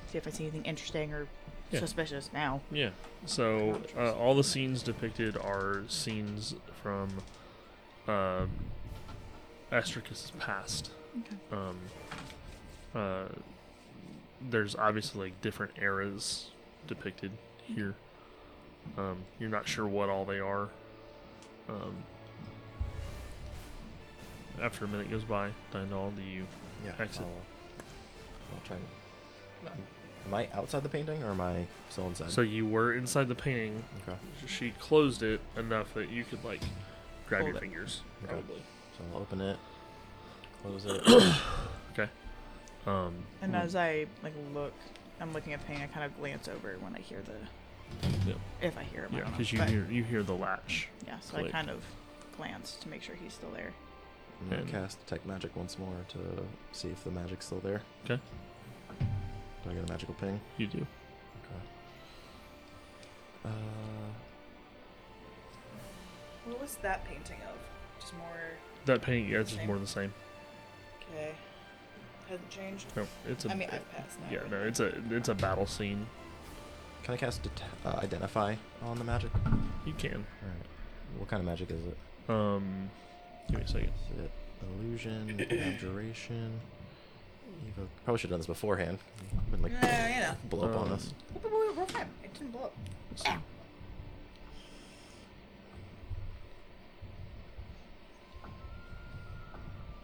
F: see if I see anything interesting or
D: Yeah.
F: suspicious now.
D: yeah. So uh, all the scenes depicted are scenes from um, Astrakus's past.
F: Okay.
D: Um, uh, there's obviously like different eras depicted here. Um, you're not sure what all they are. Um, after a minute goes by, Dindal, do you
B: Yeah.
D: Exit.
B: I'll, I'll try. Am I outside the painting or am I still inside?
D: So you were inside the painting.
B: okay.
D: She closed it enough that you could like grab
F: Hold
D: your
F: it.
D: fingers.
B: Okay.
D: Probably.
B: So I'll open it, close it.
D: Um,
F: And as I like look, I'm looking at painting. I kind of glance over when I hear the,
D: Yeah.
F: if I hear him. I
D: yeah,
F: don't know,
D: because you
F: but-
D: hear you hear the latch.
F: Yeah, so I
D: click.
F: kind of glance to make sure he's still there.
B: I'm gonna
D: And-
B: cast detect magic once more to see if the magic's still there.
D: Okay.
B: Do I get a magical ping?
D: You do.
B: Okay. Uh,
A: What was that painting of? Just more.
D: That painting, yeah, it's just
A: Same.
D: more of the same.
A: Okay. Hasn't changed.
D: No, it's a.
A: I mean, I've passed now.
D: yeah, no, it's a it's a battle scene.
B: can I cast det- uh, identify on the magic?
D: You can.
B: All right. What kind of magic is it?
D: Um, give me a second.
B: Is it illusion, abjuration, evoke? Probably should have done this beforehand. Been like
A: Yeah, you know.
B: blow up on
D: Um,
B: us.
A: Whoop, whoop, whoop, roll five. It didn't blow up.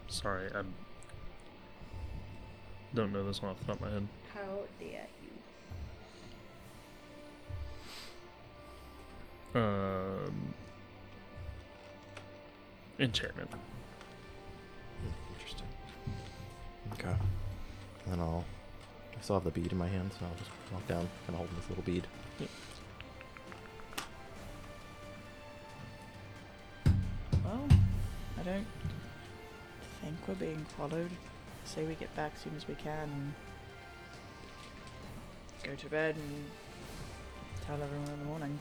D: Sorry, I don't know this one off the top of my head.
A: How dare you?
D: Um, enchantment.
B: Interesting. Okay. And then I'll. I still have the bead in my hand, so I'll just walk down, kind of holding this little bead.
D: Yep.
F: Well, I don't think we're being followed. Say we get back as soon as we can and go to bed and tell everyone in the morning.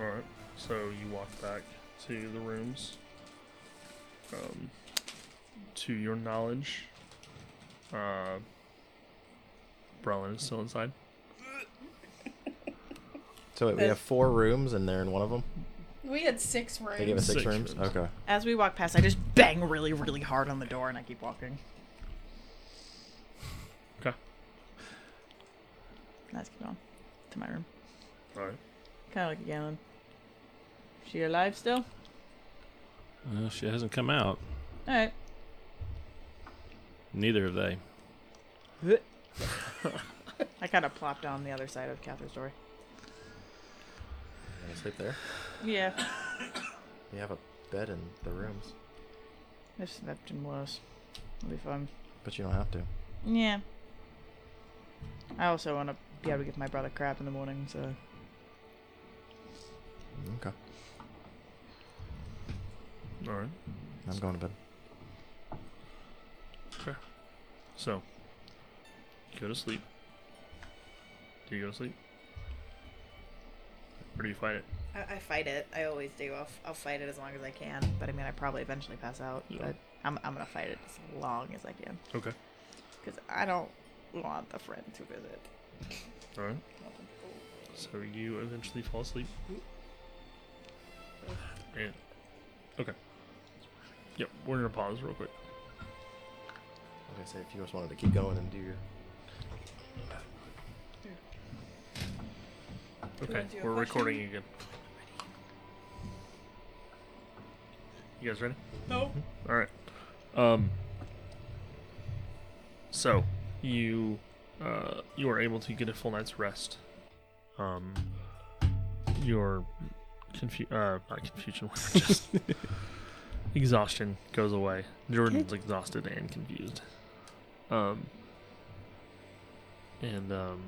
D: All right. So you walk back to the rooms. Um, to your knowledge, uh, Brolin is still inside.
B: So wait, we
A: That's-
B: have four rooms, and they're in one of them.
A: We had six rooms.
B: They gave us six,
D: Six
B: rooms.
D: rooms.
B: Okay.
F: As we walk past, I just bang really, really hard on the door and I keep walking. Let's get on to my room.
D: All right.
F: Kind of like a gallon. She alive still?
E: Well, she hasn't come out.
F: All right.
E: Neither have they.
F: I kind of plopped on the other side of Catherine's door.
B: You gonna sleep there?
F: Yeah.
B: You have a bed in the rooms,
F: I slept in was. It'll be fun.
B: but you don't have to.
F: Yeah. I also want to be able to give my brother crap in the morning, so.
B: Okay.
D: All right.
B: I'm going to bed.
D: So, you go to sleep. Do you go to sleep? Or do you fight it?
F: I, I fight it. I always do. I'll, f- I'll fight it as long as I can. But I mean, I probably eventually pass out.
D: Yeah.
F: But I'm, I'm going to fight it as long as I can.
D: Okay.
F: Because I don't want the friend to visit.
D: All right. So you eventually fall asleep. And okay. Yep, we're gonna pause real quick.
B: Like I say, if you just wanted to keep going and do your
D: Okay, we're recording again. You guys ready? No. All right. Um. So, you, uh, you are able to get a full night's rest. Um. Your, confu- uh, not confusion, just exhaustion goes away. Jordan's exhausted and confused. Um. And um.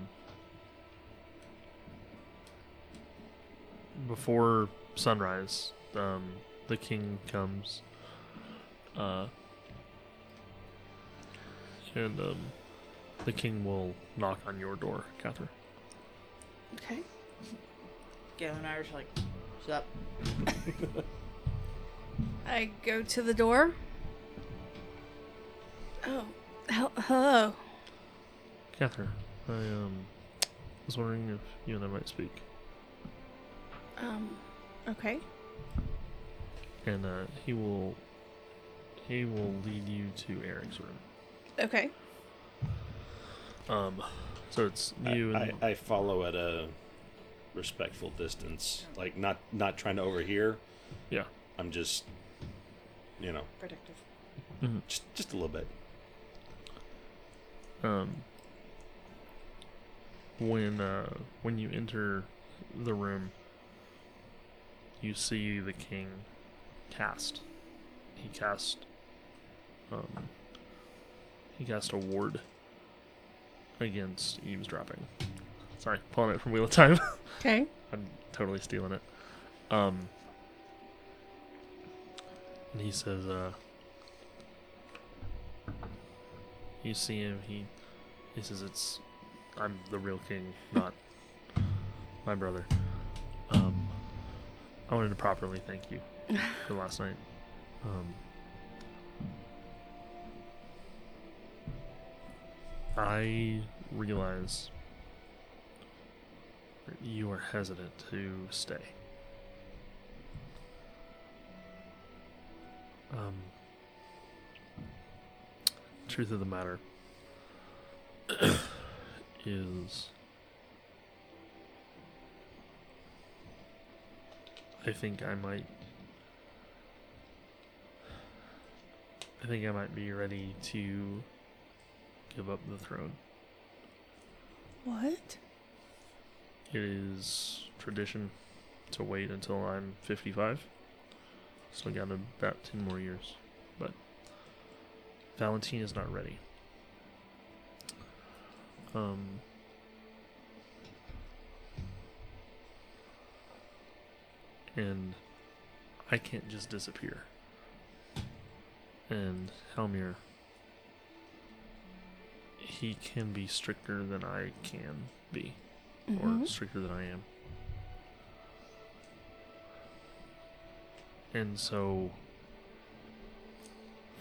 D: before sunrise, um, the king comes, uh, and um, the king will knock on your door, Catherine.
C: Okay.
F: Galen and I were just like, what's up?
C: I go to the door. Oh, hel- hello.
D: Catherine, I um, was wondering if you and I might speak.
C: Um, okay.
D: And uh, he will, he will lead you to Eric's room.
C: Okay.
D: Um, so it's
E: I-
D: you
E: I,
D: and
E: I follow at a respectful distance, like not not trying to overhear.
D: yeah.
E: I'm just, you know,
F: Protective.
D: mm-hmm.
E: just just a little bit.
D: um, when uh, when you enter the room, you see the king cast. He cast. Um, he cast a ward against eavesdropping. Sorry, pulling it from Wheel of Time.
C: Okay.
D: I'm totally stealing it. Um, and he says, uh, you see him. He he says, "It's I'm the real king, not my brother." Um, I wanted to properly thank you for last night. Um, I realize you are hesitant to stay. Um, truth of the matter is, I think I might. I think I might be ready to give up the throne.
C: What?
D: It is tradition to wait until I'm 55. So I got about 10 more years. But Valentine is not ready. Um, and I can't just disappear. And Helmir, he can be stricter than I can be
C: Mm-hmm.
D: or stricter than I am. And so,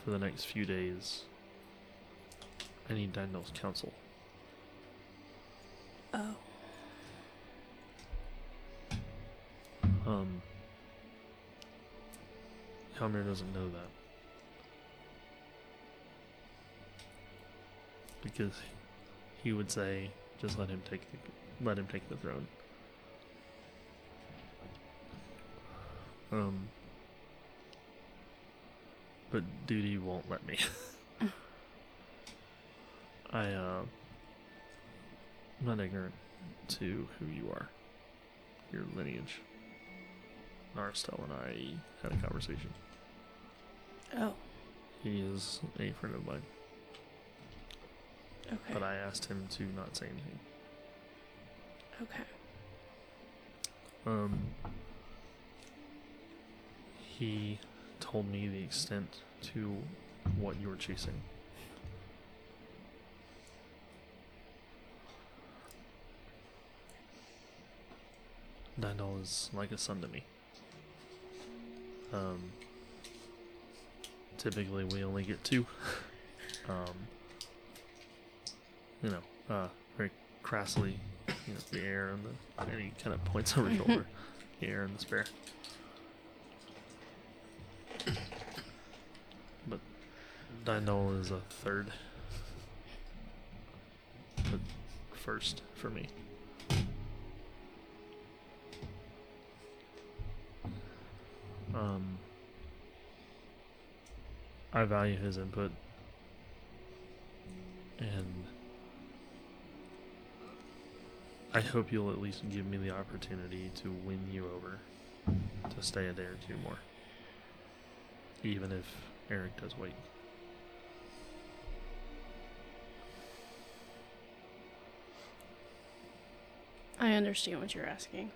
D: for the next few days, I need Daniel's counsel.
C: Oh.
D: Um, Helmir doesn't know that. Because he would say, Just let him take the, let him take the throne. Um, but duty won't let me. I uh, I'm not ignorant to who you are, your lineage. Narstel and I had a conversation.
C: Oh,
D: He is a friend of mine,
C: okay.
D: but I asked him to not say anything.
C: Okay.
D: Um, he told me the extent to what you were chasing. Dandal is like a son to me. Um, typically, we only get two. um, you know, uh, very crassly you know, the air and the and he kind of points over his shoulder, the air and the spear. But Dindal is a third, but first for me. Um, I value his input and. I hope you'll at least give me the opportunity to win you over to stay a day or two more. Even if Eric does wait.
C: I understand what you're asking.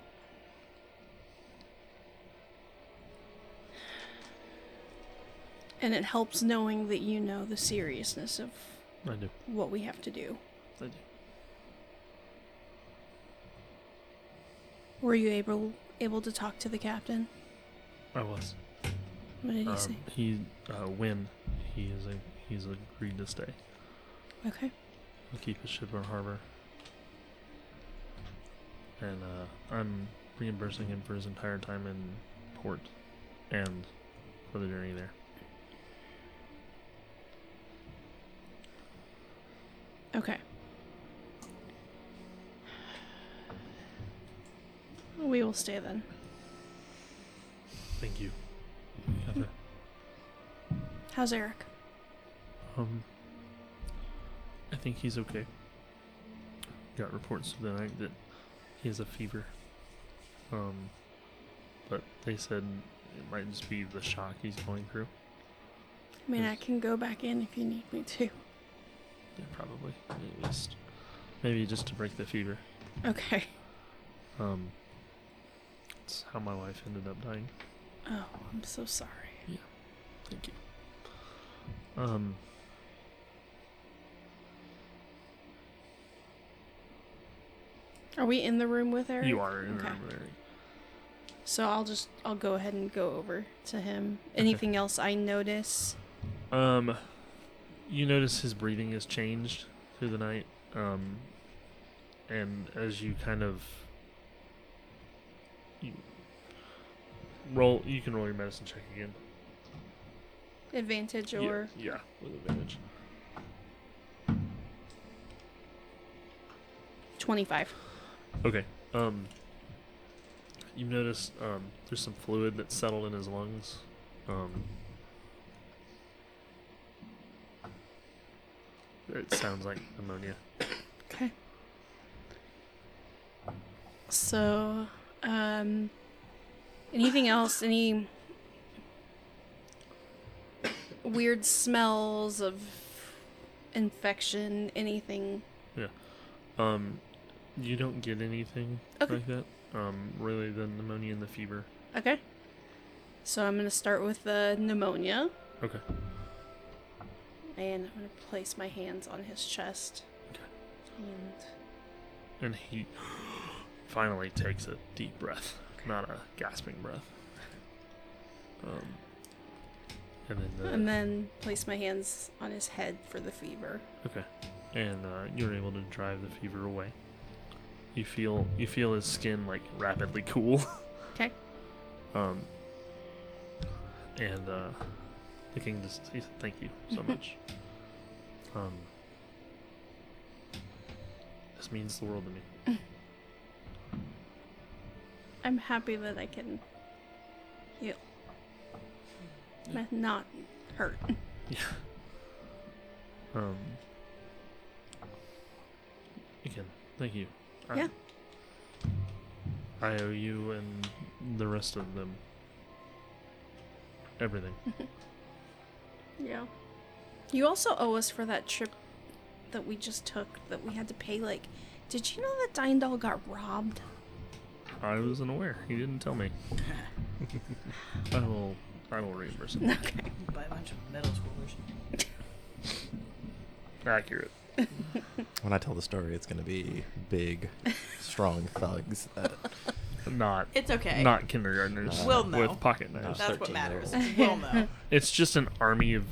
C: And it helps knowing that you know the seriousness of
D: I do.
C: what we have to do.
D: I do.
C: Were you able able to talk to the captain?
D: I was.
C: What did he say?
D: Um, he uh, when he is a he's agreed to stay.
C: Okay.
D: He'll keep his ship in harbor. And uh, I'm reimbursing him for his entire time in port and for the journey there.
C: Okay. We will stay then.
D: Thank you. Catherine.
C: How's Eric?
D: Um, I think he's okay. Got reports the night that he has a fever. Um, but they said it might just be the shock he's going through.
C: I mean, I can go back in if you need me to.
D: Yeah, probably at least, maybe just to break the fever.
C: Okay.
D: Um, it's how my wife ended up dying.
C: Oh, I'm so sorry.
D: Thank you. Um.
C: Are we in the room with Eric?
D: You are in the
C: Okay.
D: room with Eric.
C: So I'll just I'll go ahead and go over to him. Anything else I notice?
D: Um, you notice his breathing has changed through the night. Um, and as you kind of you roll, you can roll your medicine check again.
C: Advantage
D: Yeah,
C: or
D: yeah, with advantage.
C: 25.
D: Okay. Um, you notice um, there's some fluid that's settled in his lungs. Um, it sounds like pneumonia.
C: Okay. So, um anything else any weird smells of infection, anything?
D: Um, you don't get anything
C: Okay.
D: like that. Um, really, the pneumonia and the fever.
C: Okay. So I'm going to start with the pneumonia
D: Okay.
C: and I'm going to place my hands on his chest.
D: Okay.
C: And
D: And he finally takes a deep breath, not a gasping breath. Um, and then the,
C: and then place my hands on his head for the fever.
D: Okay. And uh, you're able to drive the fever away. You feel you feel his skin like rapidly cool.
C: Okay.
D: Um. And uh, the king just he said, "Thank you so much." um. This means the world to me.
C: I'm happy that I can heal. And Not hurt.
D: Um. Again, thank you. I-
C: Yeah.
D: I owe you and the rest of them everything.
C: Yeah. You also owe us for that trip that we just took that we had to pay. Like, did you know that Dindal got robbed?
D: I wasn't aware. He didn't tell me. I will. I will reimburse him.
C: Okay.
F: By a bunch of middle schoolers.
D: Accurate.
B: When I tell the story, it's gonna be big, strong thugs. That
D: Not.
A: It's okay.
D: Not kindergartners.
A: Uh, We'll know.
D: With pocket knives.
A: That's what
B: 13
A: matters.
B: year
A: We'll know.
D: It's just an army of.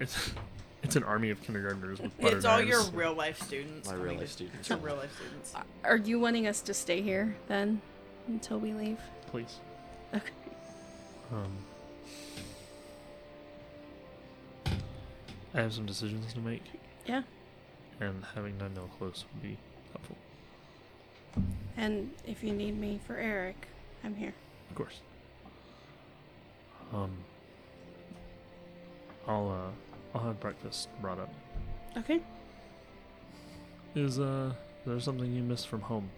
D: It's. It's an army of kindergartners with butter
A: it's all your
D: knives.
A: real life students.
B: My
A: I mean,
B: real life
A: it's-
B: students.
A: It's your real life students.
C: Uh, Are you wanting us to stay here then until we leave?
D: Please.
C: Okay.
D: Um, I have some decisions to make,
C: Yeah.
D: and having Dundell close would be helpful.
C: And if you need me for Eric, I'm here.
D: Of course. Um, I'll uh, I'll have breakfast brought up.
C: Okay.
D: Is uh, there something you missed from home?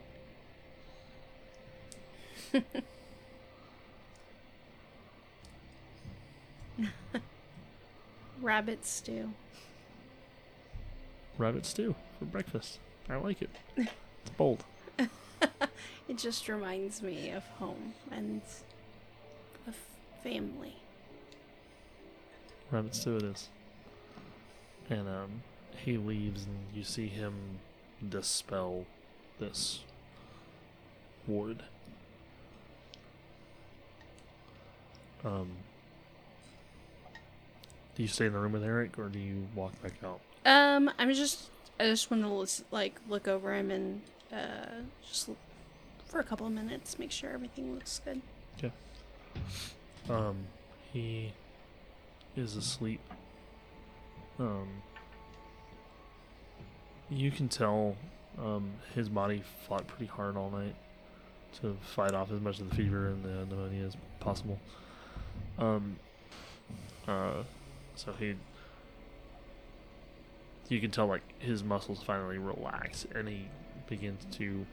C: Rabbit stew.
D: Rabbit stew for breakfast. I like it. It's bold.
C: It just reminds me of home and of family.
D: Rabbit stew it is. And um, he leaves, and you see him dispel this ward. Um, do you stay in the room with Eric, or do you walk back out?
C: Um, I'm just I just want to lis- like look over him and uh just l- for a couple of minutes make sure everything looks good.
D: Um, he is asleep. Um, you can tell um, his body fought pretty hard all night to fight off as much of the fever and the pneumonia as possible. Um, uh, so he, you can tell like his muscles finally relax and he begins to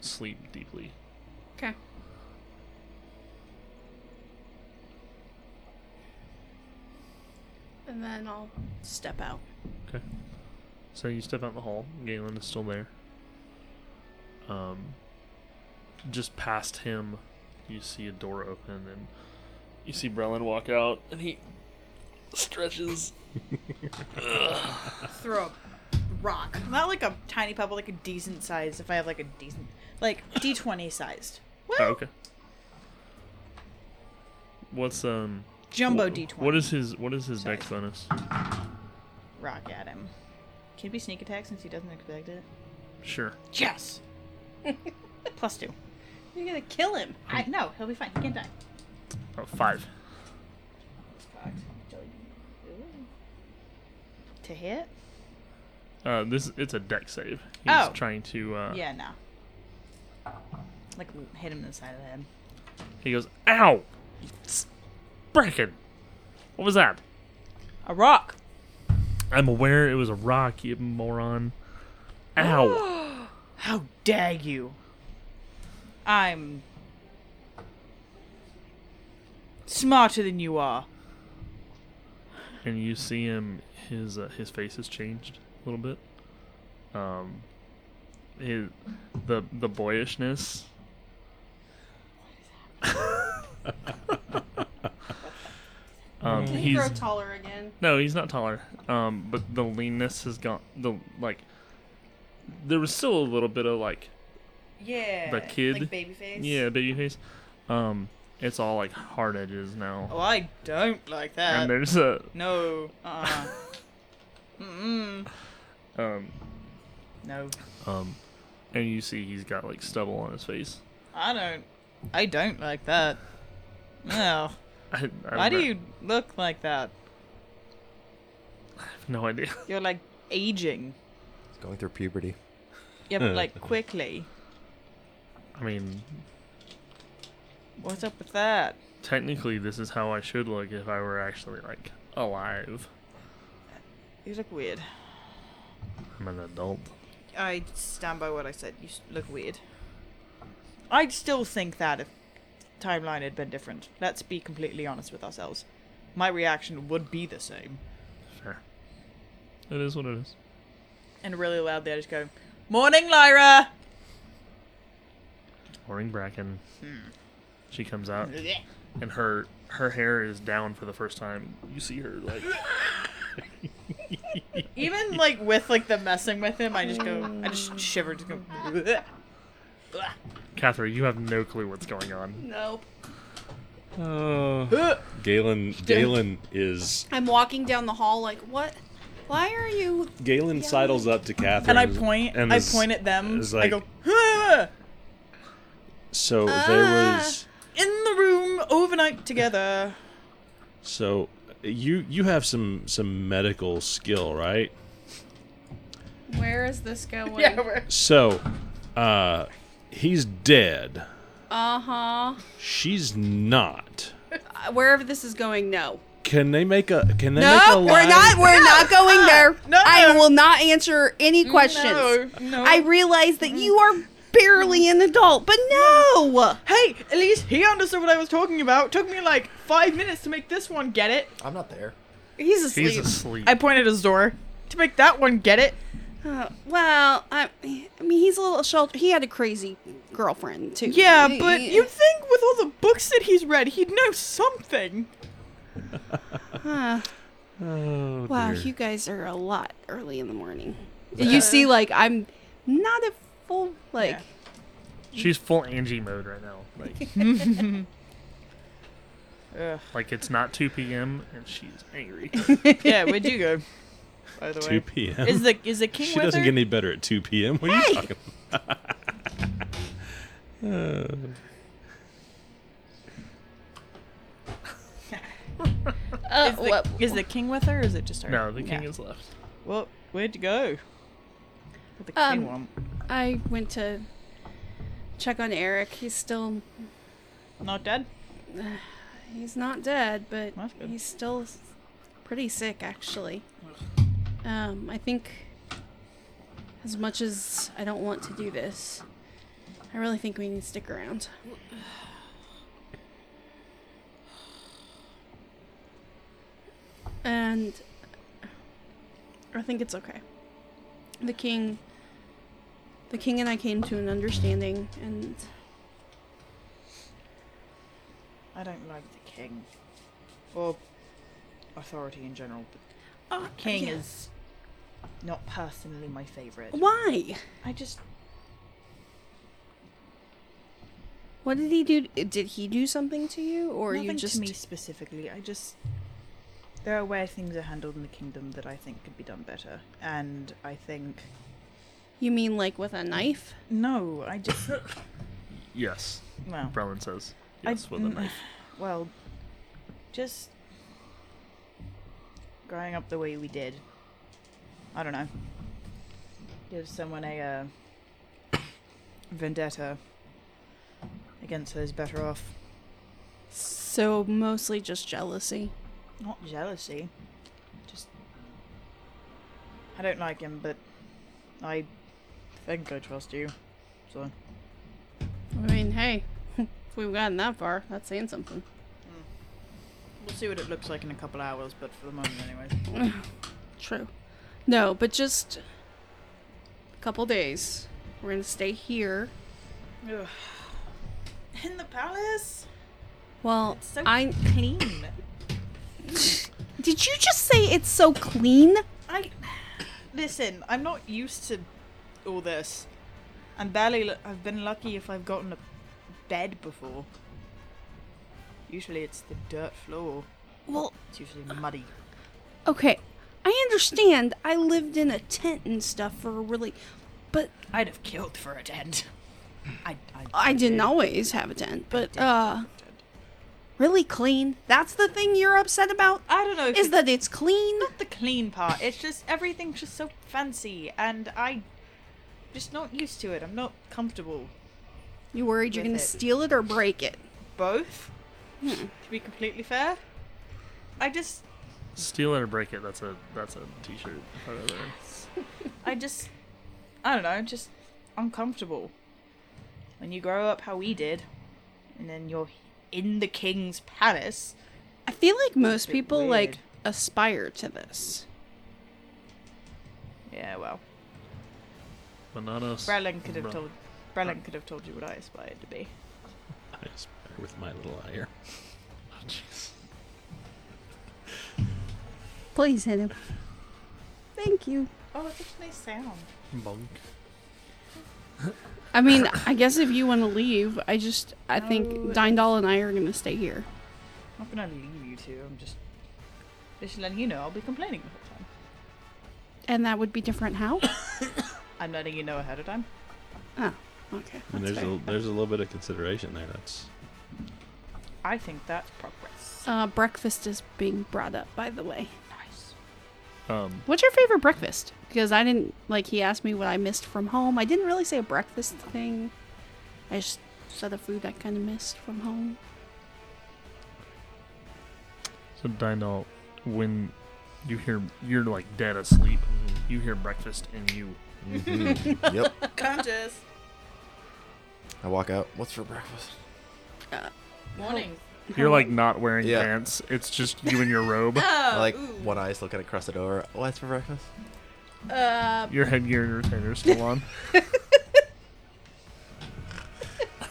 D: sleep deeply.
C: Okay. And then I'll step out.
D: Okay. So you step out in the hall. Galen is still there. Um, just past him, you see a door open, and you see Brelin walk out, and he stretches.
F: Throw a rock. Not like a tiny pebble, like a decent size. If I have like a decent, like D20 sized. What?
D: Oh, okay. What's um?
F: Jumbo
D: wh-
F: D20.
D: What is his What is his
F: Sorry.
D: dex bonus?
F: rock at him? Can it be sneak attack since he doesn't expect it?
D: Sure.
F: Yes. Plus two.
C: You're gonna kill him.
F: I no, he'll be fine. He can't die.
D: Oh, five.
F: To hit?
D: Uh, this it's a dex save. He's
F: Oh.
D: trying to. Uh,
F: yeah, no. Like l- hit him in the side of the head.
D: He goes, ow, it's breaking. What was that?
F: A rock.
D: I'm aware it was a rock, you moron.
F: Oh.
D: Ow!
F: How dare you? I'm smarter than you are.
D: and you see him. His uh, his face has changed a little bit. Um, his the the boyishness.
E: Oh,
D: um, he's
C: taller again.
D: no, he's not taller. Um, but the leanness has gone. The like, there was still a little bit of like
F: Yeah.
D: The kid? like
F: baby face.
D: yeah baby face. Um, it's all like hard edges now.
F: Oh, I don't like
D: and
F: that.
D: there's a
F: No. Uh. Mm.
D: um
F: No.
D: um and you see he's got like stubble on his face
F: I don't. I don't like that. No.
D: I, I
F: Why do
D: re-
F: you look like that?
D: have no idea
F: You're like aging.
B: Going through puberty.
F: Yeah, but like quickly.
D: I mean,
F: What's up with that?
D: technically, this is how I should look if I were actually like alive.
F: You look weird.
D: I'm an adult.
F: I stand by what I said. You s- look weird. I'd still think that if timeline had been different. Let's be completely honest with ourselves. My reaction would be the same.
D: Fair. It is what it is.
F: And really loudly, I just go, "Morning, Lyra."
D: Morning Bracken. She comes out and her her hair is down for the first time. You see her like
F: Even like with like the messing with him, I just go, I just shiver, just go. "Bleh."
D: Catherine, you have no clue what's going on.
C: Nope.
E: Galen Galen is
C: I'm walking down the hall like, what? Why are you?
E: Galen sidles up to Catherine
F: And I point,
E: and
F: I
E: is-
F: point at them.
E: is
F: I
E: like-
F: go, "Huh."
E: So there
F: Ah.
E: was
F: in the room overnight together.
E: so you you have some some medical skill, right?
C: Where is this going?
F: we're
E: So uh he's dead.
C: Uh huh.
E: She's not.
C: Uh, Wherever this is going, no.
E: Can they make a can they make a
C: No, Uh-uh. we're
E: line?
C: not. We're not going there.
F: no.
C: I will not answer any questions.
F: No, no.
C: I realize that you are barely an adult, but no.
F: hey, at least he understood what I was talking about. Took me like five minutes to make this one get it.
B: I'm not there.
C: He's asleep.
D: He's asleep.
F: I pointed at his door to make that one get it.
C: Uh, well, I, I mean, he's a little sheltered. He had a crazy girlfriend too.
F: Yeah,
C: He-
F: but
C: he-
F: you'd think with all the books that he's read, he'd know something.
C: Huh.
E: Oh,
C: wow,
E: dear.
C: you guys are a lot early in the morning. You see, like I'm not a full like.
F: Yeah.
D: She's full Angie mode right now. Like like it's not 2 p.m. and she's angry.
F: yeah, where'd you go? By the
E: 2 p.m.
F: is the is the king
E: she
F: with
E: doesn't
F: her?
E: get any better at 2 p.m. What are
C: Hey!
E: you talking about? Uh,
C: Uh,
F: is, the, is the king with her? Or is it just her?
D: no, the king
F: Yeah.
D: is left.
F: Well, where'd you go? What the king
C: Um,
F: want?
C: I went to check on Eric. He's still
F: Not dead.
C: he's not dead, but
F: That's good.
C: he's still s- pretty sick actually. Um, I think as much as I don't want to do this, I really think we need to stick around. And I think it's okay. The king the king and I came to an understanding and
F: I don't like the king. Or authority in general, but
C: oh,
F: Ah, King
C: yeah.
F: is not personally my favorite.
C: why?
F: I just
C: What did he do? Did he do something to you, or
F: nothing
C: you just?
F: to me specifically. I just there are where things are handled in the kingdom that I think could be done better, and I think
C: You mean like with a knife?
F: no, I just
D: Yes,
F: well,
D: Brelin says.
F: I-
D: Yes, with a
F: mm.
D: knife.
F: well, just growing up the way we did. I don't know. Give someone a uh, vendetta against those better off.
C: So mostly just jealousy.
F: Not jealousy. Just. I don't like him, but I think I trust you. So.
C: I mean, hey, if we've gotten that far, that's saying something.
F: We'll see what it looks like in a couple hours, but for the moment, anyway.
C: True. No, but just a couple days. We're gonna stay here.
F: In the palace?
C: Well,
F: So
C: I
F: clean.
C: did you just say it's so clean?
F: I. Listen, I'm not used to all this. I'm barely. L- I've been lucky if I've gotten a bed before. Usually it's the dirt floor,
C: Well,
F: it's usually muddy.
C: okay, I understand. I lived in a tent and stuff for a really, but
F: I'd have killed for a tent. I, I,
C: I didn't always have a tent. But uh, really clean. That's the thing you're upset about.
F: I don't know. If
C: is
F: it's
C: that it's clean.
F: not the clean part? It's just everything's just so fancy, and I just not used to it. I'm not comfortable.
C: You worried you're
F: With
C: going to
F: it.
C: steal it or break it?
F: Both,
C: Hmm.
F: to be completely fair. I just,
D: Steal it or break it. That's a that's a t-shirt. right there.
F: I just, I don't know, just uncomfortable. When you grow up how we did, and then you're in the king's palace.
C: I feel like most
F: bit
C: people
F: weird.
C: like aspire to this.
F: Yeah, well,
D: But not us.
F: Brelin could have
D: Bruh.
F: told, Brelin could have told you what I aspired to be.
E: I just- with my little ire.
C: Please hit him. Thank you.
F: Oh, that's such a nice sound.
D: Monk.
C: I mean, I guess if you want to leave, I just I think
F: No.
C: Dindal and I are going to stay here.
F: I'm not gonna leave you two. I'm just, just letting you know I'll be complaining the whole time.
C: And that would be different how?
F: I'm letting you know ahead of time.
C: oh, okay.
E: And
C: that's
E: there's
C: fair.
E: a, there's a little bit of consideration there. That's
F: I think that's progress.
C: Uh, breakfast is being brought up, by the way.
F: Oh, Nice.
D: Um,
C: What's your favorite breakfast? Because I didn't like he asked me what I missed from home. I didn't really say a breakfast thing. I just said a food I kind of missed from home.
D: so Dino, when you hear you're like dead asleep, you hear breakfast and you
B: Mm-hmm. yep.
F: Conscious.
B: I walk out. What's for breakfast?
F: Morning.
D: you're like not wearing
B: Yeah.
D: pants. It's just you in your robe,
B: I like one eye's looking across the door. What's for breakfast?
F: Uh,
D: your headgear and retainer still on.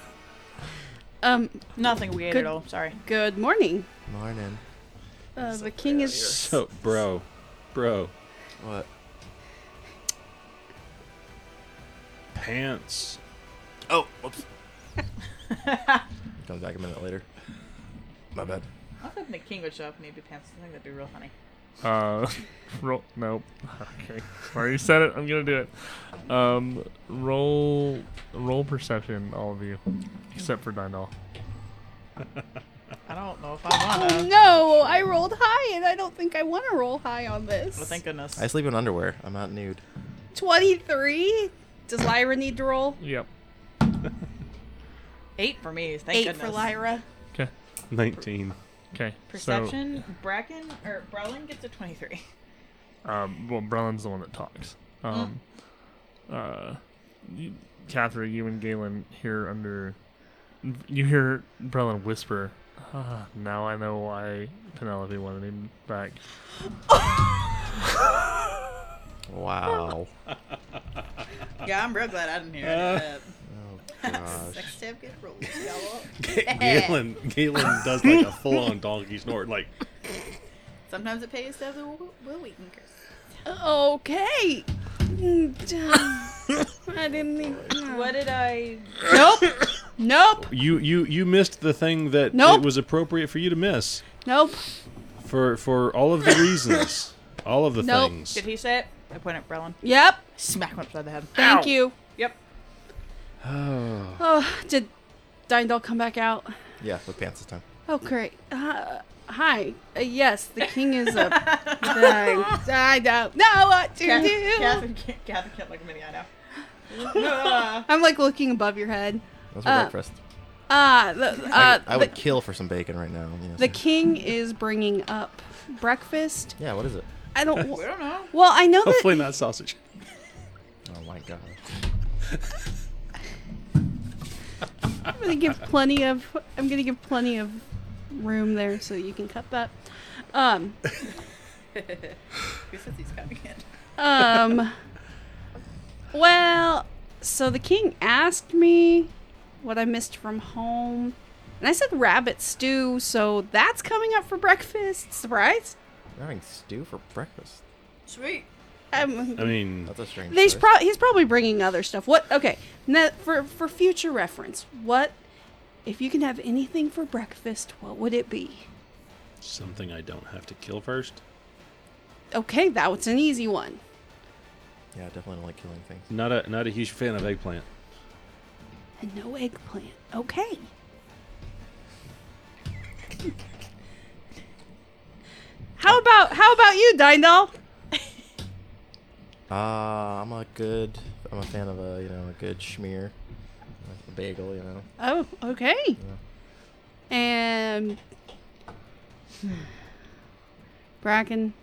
C: Um,
F: nothing weird
C: Good-
F: at all. Sorry.
C: good morning.
B: Morning.
C: Uh, the king is
E: so, bro, bro,
B: What?
E: pants.
B: Oh, whoops. Comes back a minute later. My bad.
F: I thought the king would show up and he'd be pants. I think that'd be real funny.
D: Uh, roll. Nope. Okay. Sorry, you said it. I'm gonna do it. Um, roll, roll perception, all of you, except for Dindal.
F: I don't know if I wanna.
C: No, I rolled high, and I don't think I want to roll high on this.
F: Well, thank goodness.
B: I sleep in underwear. I'm not nude.
C: Twenty-three. Does Lyra need to roll?
D: Yep.
F: Eight for me. Thank
C: Eight
F: goodness.
C: for Lyra.
D: Okay.
E: Nineteen.
D: Okay.
F: Perception. Bracken or Brelin gets a twenty-three.
D: So, um, well, Brelin's the one that talks. Um, uh, you, Catherine, you and Galen hear under. You hear Brelin whisper. Ah, now I know why Penelope wanted him back.
B: Wow.
F: Yeah, I'm real glad I didn't hear any of that.
B: oh gosh.
F: Sex tip get rolled. y'all.
E: Galen, Galen does like a full-on donkey snort. Like
F: Sometimes it pays to have the will will weaken curse.
C: Okay. I didn't need.
F: What did I?
C: Nope. nope.
E: you, you, you missed the thing that
C: Nope.
E: it was appropriate for you to miss
C: Nope.
E: for for all of the reasons, all of the
C: Nope.
E: things.
F: Did he say it? I point at Brelin.
C: Yep.
F: Smack him upside the head.
C: Thank you.
F: Yep.
B: Oh.
C: Oh, did Dindal come back out?
B: Yeah, with pants this time.
C: Oh, great. Uh, hi. Uh, yes, the king is up. I, I don't know what to do.
F: Catherine can't, Catherine can't look at me eye now.
C: I'm like looking above your head.
B: That's for
C: Uh,
B: breakfast.
C: Ah, the, uh,
B: I
C: the,
B: would kill for some bacon right now. you know.
C: the king is bringing up breakfast.
B: yeah, what is it?
C: I don't.
F: I don't know.
C: Well, I know that.
E: Hopefully not sausage.
B: Oh my god.
C: I'm gonna give plenty of. I'm gonna give plenty of room there so you can cut that. Um.
F: Who says he's coming in?
C: Um. well, so the king asked me what I missed from home, and I said rabbit stew. So that's coming up for breakfast. Surprise!
B: We're having stew for breakfast.
F: Sweet.
C: Um,
E: I mean,
B: That's a strange.
C: He's,
B: choice.
C: pro- he's probably bringing other stuff. What? Okay. Now, for for future reference, what if you can have anything for breakfast? What would it be?
E: something I don't have to kill first.
C: Okay, that was an easy one.
B: yeah, I definitely don't like killing things.
E: Not a not a huge fan of eggplant.
C: And no eggplant. Okay. How about how about you, Dindal?
B: Uh, I'm a good. I'm I'm a fan of a you know a good schmear, a bagel. You know,
A: Oh, okay.
C: And Bracken,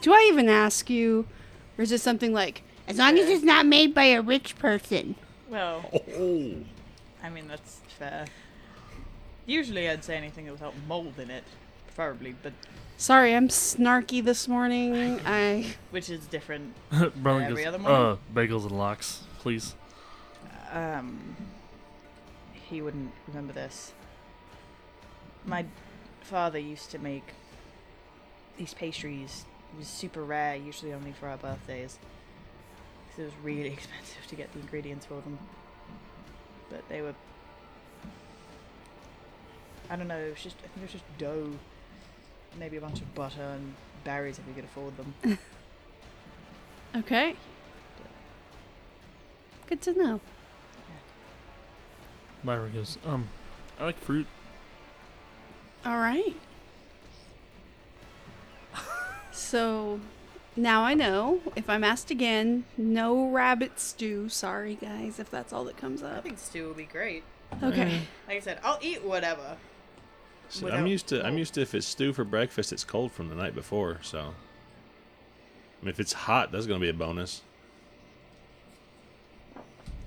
C: do I even ask you, or is it something like, as long as it's not made by a rich person?
F: Well, Oh. I mean that's fair. Usually, I'd say anything without mold in it, preferably, but
C: Sorry, I'm snarky this morning. I
F: which is different.
D: Brown
F: Every
D: goes,
F: other
D: uh,
F: morning?
D: bagels and locks, please.
F: Um, he wouldn't remember this. My father used to make these pastries. It was super rare, usually only for our birthdays. 'Cause it was really expensive to get the ingredients for them. But they were. I don't know, it was just. I think it was just dough. Maybe a bunch of butter and berries if we could afford them.
A: Okay.
C: good to know.
D: Myra goes, um, I like fruit.
C: All right. so now I know if I'm asked again, no rabbit stew. Sorry, guys, if that's all that comes
F: I
C: up.
F: think stew will be great.
C: Okay.
F: Like I said, I'll eat whatever.
E: So I'm
F: Without
E: used to I'm
F: mold.
E: used to if it's stew for breakfast, it's cold from the night before. So, I mean, if it's hot, that's gonna be a bonus.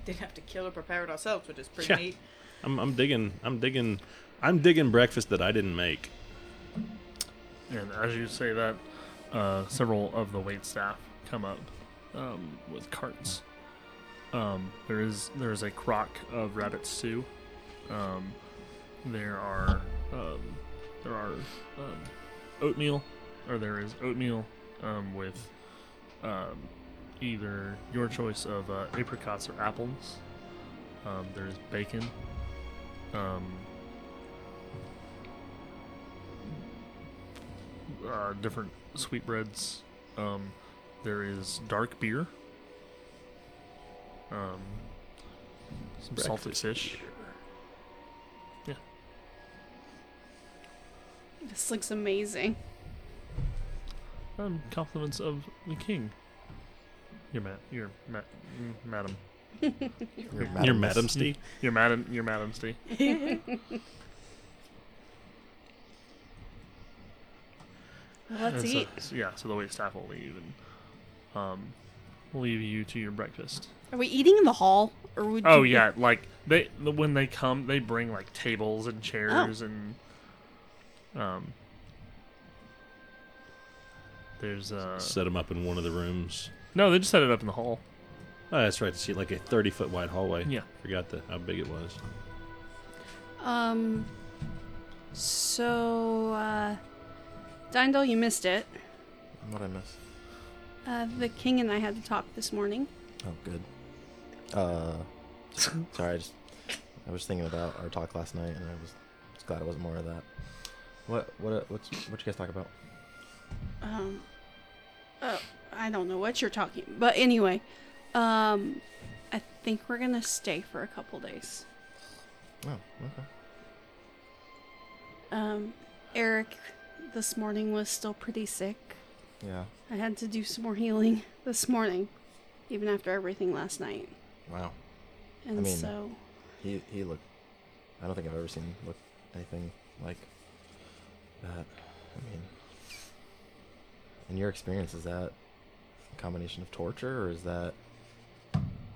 F: didn't have to kill or prepare it ourselves, which is pretty
E: Yeah.
F: neat.
E: I'm, I'm digging I'm digging I'm digging breakfast that I didn't make.
D: And as you say that, uh, several of the wait staff come up um, with carts. Um, there is there is a crock of rabbit stew. Um, there are um, there are um, oatmeal, or there is oatmeal um, with um, either your choice of uh, apricots or apples. Um, there is bacon. Um, uh, different sweetbreads. Um, there is dark beer. Um, some salted
E: Breakfast
D: fish. Mm.
C: This looks amazing.
D: Um, compliments of the king. Your ma- your ma- mm, madam.
B: your
E: Your
B: Miss-
E: Madam Mm. Steve.
D: Your madam. Your majesty.
A: Let's
D: And so-
A: eat.
D: so- yeah. So the wait staff will leave and um, leave you to your breakfast.
C: Are we eating in the hall, or would?
D: Oh
C: you-
D: yeah, like they the- when they come, they bring like tables and chairs
A: Oh.
D: and um. There's uh
E: Set them up in one of the rooms.
D: no, they just set it up in the hall.
E: Oh, that's right. See, like a 30 foot wide hallway.
D: Yeah.
E: Forgot the, how big it was.
C: Um. So, uh, Dindal, you missed it.
B: What I miss?
C: Uh, the king and I had to talk this morning.
B: Oh, good. Uh, sorry, I just I was thinking about our talk last night, and I was just glad it wasn't more of that. What what what's what you guys talk about?
C: Um. Oh, I don't know what you're talking, but anyway, um, I think we're gonna stay for a couple days.
B: Oh, okay.
C: Um, Eric, this morning was still pretty sick.
B: Yeah.
C: I had to do some more healing this morning, even after everything last night,
B: Wow.
C: and
B: mean,
C: so
B: He he looked. I don't think I've ever seen him look anything like that. I mean, in your experience, is that a combination of torture, or is that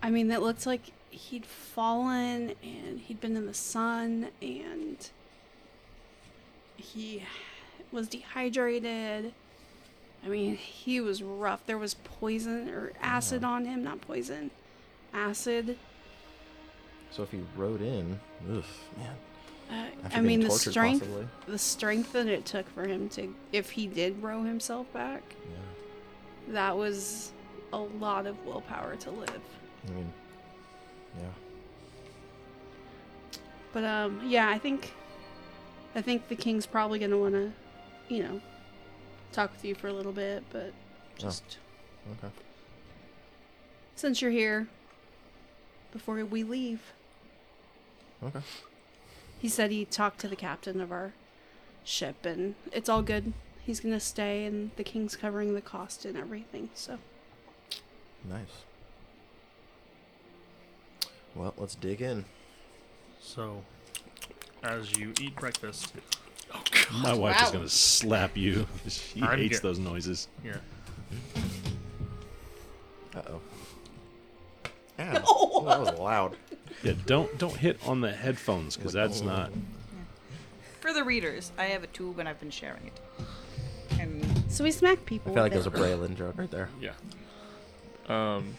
C: I mean, that looked like he'd fallen and he'd been in the sun and he was dehydrated. I mean, he was rough. There was poison or acid on him, not poison, acid.
B: so? If he rode in, oof, man. After
C: Uh, I
B: being
C: mean, the
B: tortured,
C: strength,
B: possibly.
C: the strength that it took for him to, if he did row himself back,
B: Yeah.
C: that was a lot of willpower to live.
B: I mean, yeah.
C: But um, yeah, I think, I think the king's probably gonna wanna, you know, talk with you for a little bit. But
B: Oh.
C: just
B: Okay.
C: since you're here, before we leave,
B: Okay.
C: he said he talked to the captain of our ship, and it's all good. He's gonna stay, and the king's covering the cost and everything. So
B: Nice. Well, let's dig in.
D: So, as you eat breakfast,
E: My wife is
F: Wow.
E: going to slap you. She
D: I'm
E: hates
D: get-
E: those noises.
D: yeah,
B: Uh oh. Ow. That was loud.
E: Yeah, don't don't hit on the headphones because that's not.
F: For the readers, I have a tube and I've been sharing it. And
H: So we smack people.
B: I feel like
H: with
B: there's a
H: it.
B: Braylon joke right there.
D: yeah. Um,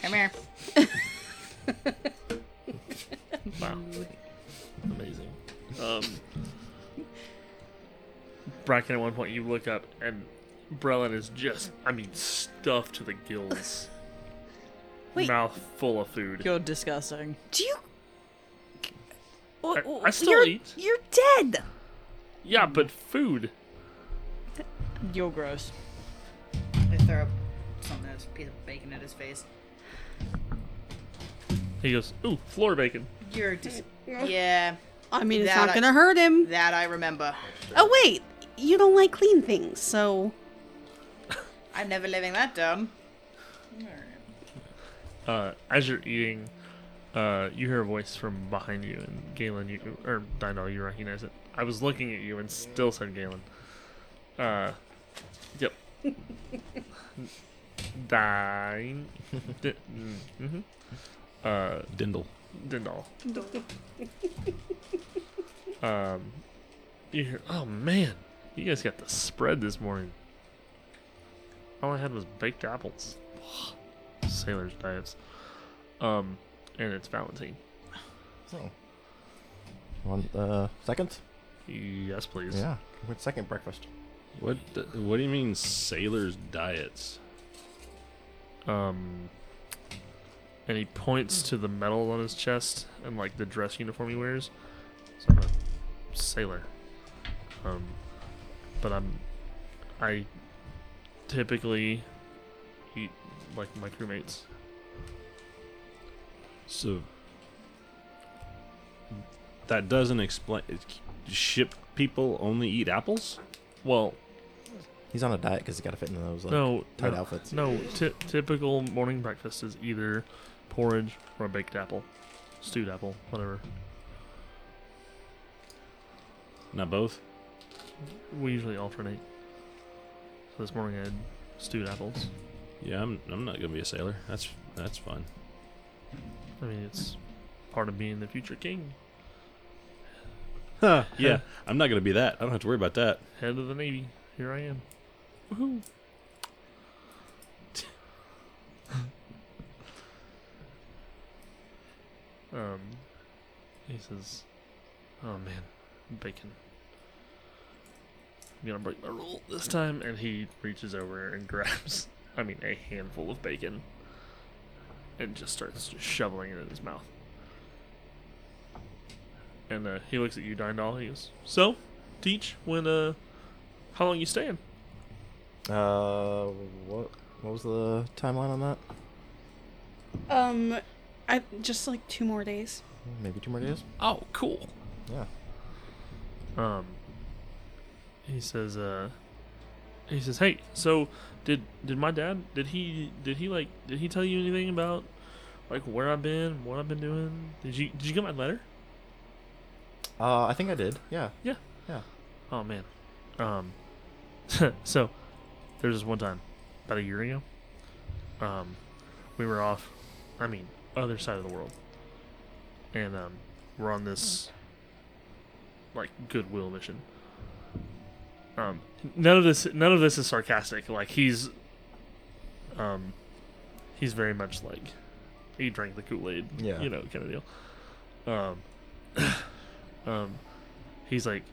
F: come here.
D: Wow. Amazing. Um, Bracken, at one point, you look up and Brelin is just, I mean, stuffed to the gills.
C: Wait.
D: Mouth full of food.
F: You're disgusting.
C: Do you? Oh,
D: I-
C: oh,
D: I still
C: you're,
D: eat.
C: You're dead.
D: Yeah, but food.
F: You're gross. I throw up something that's a piece of bacon at his face.
D: He goes, ooh, floor bacon.
F: You're dis- Yeah,
H: I mean, it's
F: That
H: not
F: I-
H: gonna hurt him.
F: that I remember.
H: Oh wait, you don't like clean things, so
F: I'm never living that down.
D: Uh, as you're eating, uh, you hear a voice from behind you, and Galen, you or Dino, you recognize it. I was looking at you and still said Galen. Uh, yep. Dine. Di- mm-hmm. Uh,
E: Dindle.
D: Dindal. um, you hear, oh man, you guys got the spread this morning. All I had was baked apples. Sailors' diets. Um, and it's Valentine.
B: So. Oh. One uh, second?
D: Yes, please.
B: Yeah. What second breakfast?
E: What the- what do you mean sailors' diets?
D: Um, and he points to the medal on his chest and like the dress uniform he wears. So I'm a sailor. Um, but I'm, I typically eat like my crewmates.
E: So that doesn't explain. Ship people only eat apples.
D: Well,
B: He's on a diet because he's got to fit into those like,
D: no,
B: tight
D: no,
B: outfits.
D: no. T- typical morning breakfast is either porridge or a baked apple, stewed apple, whatever.
E: Not both.
D: We usually alternate. So this morning I had stewed apples.
E: Yeah, I'm I'm not gonna be a sailor. That's that's fine.
D: I mean, it's part of being the future king,
E: Huh, yeah, I'm not gonna be that. I don't have to worry about that.
D: head of the navy. Here I am. Woohoo! um, he says, "Oh man, bacon." I'm gonna break my rule this time, and he reaches over and grabs, I mean, a handful of bacon, and just starts shoveling it in his mouth. And uh, he looks at you, Dindal. He goes, "So, teach when uh how long you staying
B: Uh, what what was the timeline on that?
H: um, I just like two more days.
B: Maybe two more days.
D: oh cool
B: Yeah.
D: um he says uh he says hey so did did my dad did he did he like did he tell you anything about like where i've been what i've been doing did you did you get my letter
B: Uh, I think I did. Yeah.
D: yeah
B: Yeah.
D: oh man um so there's this one time about a year ago um we were off i mean other side of the world and um we're on this like goodwill mission um none of this none of this is sarcastic like he's um he's very much like he drank the kool-aid
B: Yeah.
D: you know kind of deal um um he's like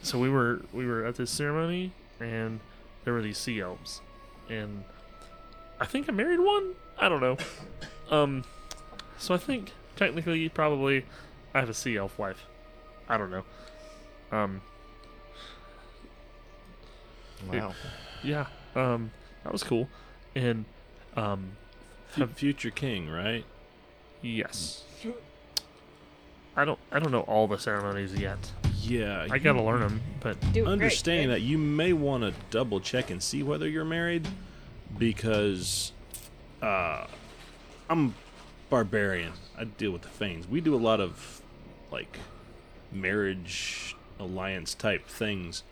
D: so we were we were at this ceremony and there were these sea elves and i think i married one i don't know um so i think technically probably i have a sea elf wife i don't know um
B: Wow.
D: yeah um that was cool and um
E: Fu- future king, right?
D: yes i don't i don't know all the ceremonies yet
E: Yeah.
D: i gotta learn them but
F: Dude,
E: understand that you may want to double check and see whether you're married because uh, I'm barbarian. I deal with the Fanes. We do a lot of like marriage alliance type things.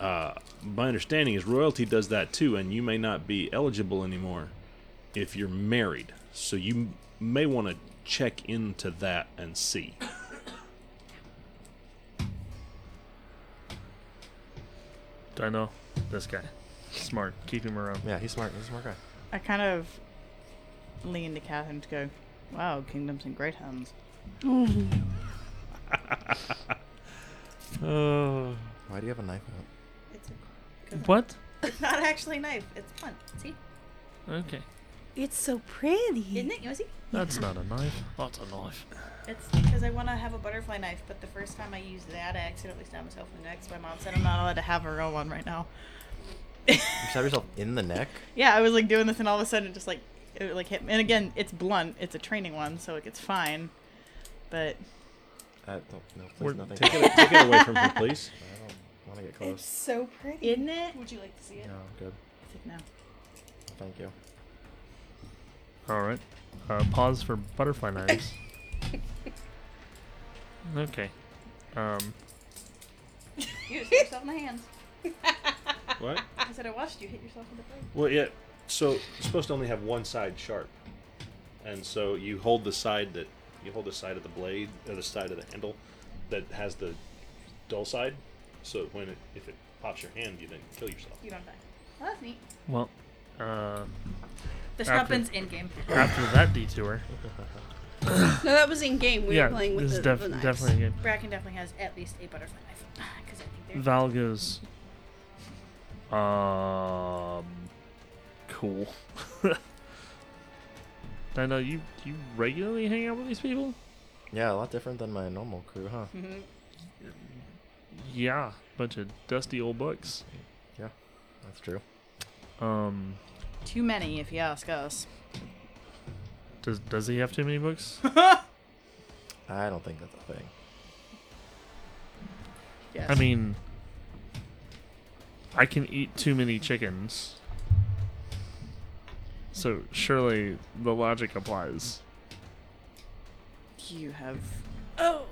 E: Uh, my understanding is royalty does that too, and you may not be eligible anymore if you're married. So you m- may want to check into that and see.
D: Dino, this guy, smart. Keep him around.
B: Yeah, he's smart. He's a smart guy.
F: I kind of lean to Catherine to go, wow, kingdom's in great hands.
H: Mm-hmm.
D: Oh,
B: Why do you have a knife out?
A: It's, a,
D: what?
A: it's not actually a knife. It's fun. See?
D: Okay,
H: It's so pretty.
A: Isn't it? You wanna see?
D: that's not a knife. That's a knife.
A: It's because I want to have a butterfly knife, but the first time I used that, I accidentally stabbed myself in the neck. So my mom said I'm not allowed to have a real one right now.
B: You stab yourself in the neck?
F: Yeah, I was like doing this, and all of a sudden, it just like, it like hit. me. And again, it's blunt. It's a training one, so like it's fine. But
B: I Uh, don't know.
D: We're
B: Please, nothing.
E: Take it, take it away from her, please.
B: I don't want to get
H: It's
B: close.
H: so pretty.
F: isn't it?
H: Would you like to see it?
B: No, I'm good.
F: I said, no.
B: Thank you.
D: All right. Uh, pause for butterfly knives. okay. Um,
A: You just hit yourself in the hand.
E: What?
A: I said I watched you hit yourself in the brain.
E: Well, yeah. So it's supposed to only have one side sharp, and so you hold the side that you hold the side of the blade or the side of the handle that has the dull side. So when it if it pops your hand, you then kill yourself.
A: You don't die. Well, that's neat.
D: well, uh,
A: The
D: After-
A: Schnuppin's in game.
D: after that detour,
H: No, that was in game. We
D: yeah,
H: were playing with
D: this
H: the,
D: is def-
H: the knives.
D: definitely a game.
A: Bracken definitely has at least a butterfly knife. Because I think they're.
D: Val goes, um, cool. I know you you regularly hang out with these people.
B: Yeah, a lot different than my normal crew, huh?
F: Mhm.
D: Yeah, bunch of dusty old books.
B: That's true.
D: Um,
F: Too many, if you ask us.
D: does does he have too many books?
B: I don't think that's a thing.
F: Yes.
D: I mean, I can eat too many chickens. So surely the logic applies.
F: you have.
H: Oh,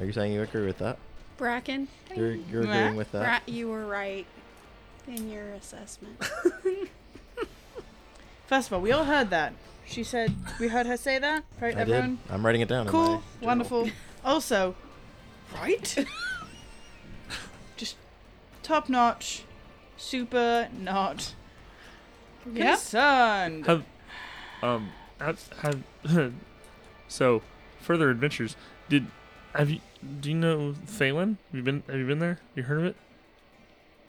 B: Are you saying you agree with that?
H: Bracken,
B: You're, you're
F: Nah.
B: agreeing with that?
H: Bra- you were right in your assessment.
F: First of all, we all heard that. She said we heard her say that, right?
B: I
F: everyone.
B: did. I'm writing it down. in my
F: Cool,
B: journal.
F: wonderful. Also, right? Just top notch, super not
H: Yeah.
F: concerned.
D: Have um have, have so further adventures. Did have you do you know Thalen? Have you been have you been there? You heard of it?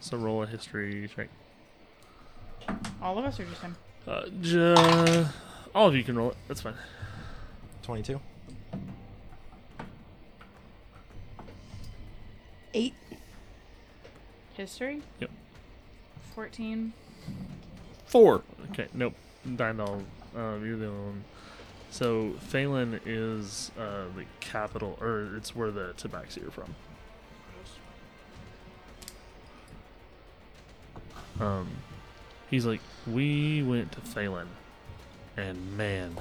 D: So roll a history check.
F: All of us are just him.
D: Uh, j- all of you can roll it. That's fine.
B: 22.
H: Eight.
F: History.
D: Yep.
F: Fourteen.
E: Four.
D: Okay, nope. Dindal, uh, you're the only one. So Thalen is uh, the capital, or it's where the Tabaxi are from. Um, he's like, we went to Thalen, and man,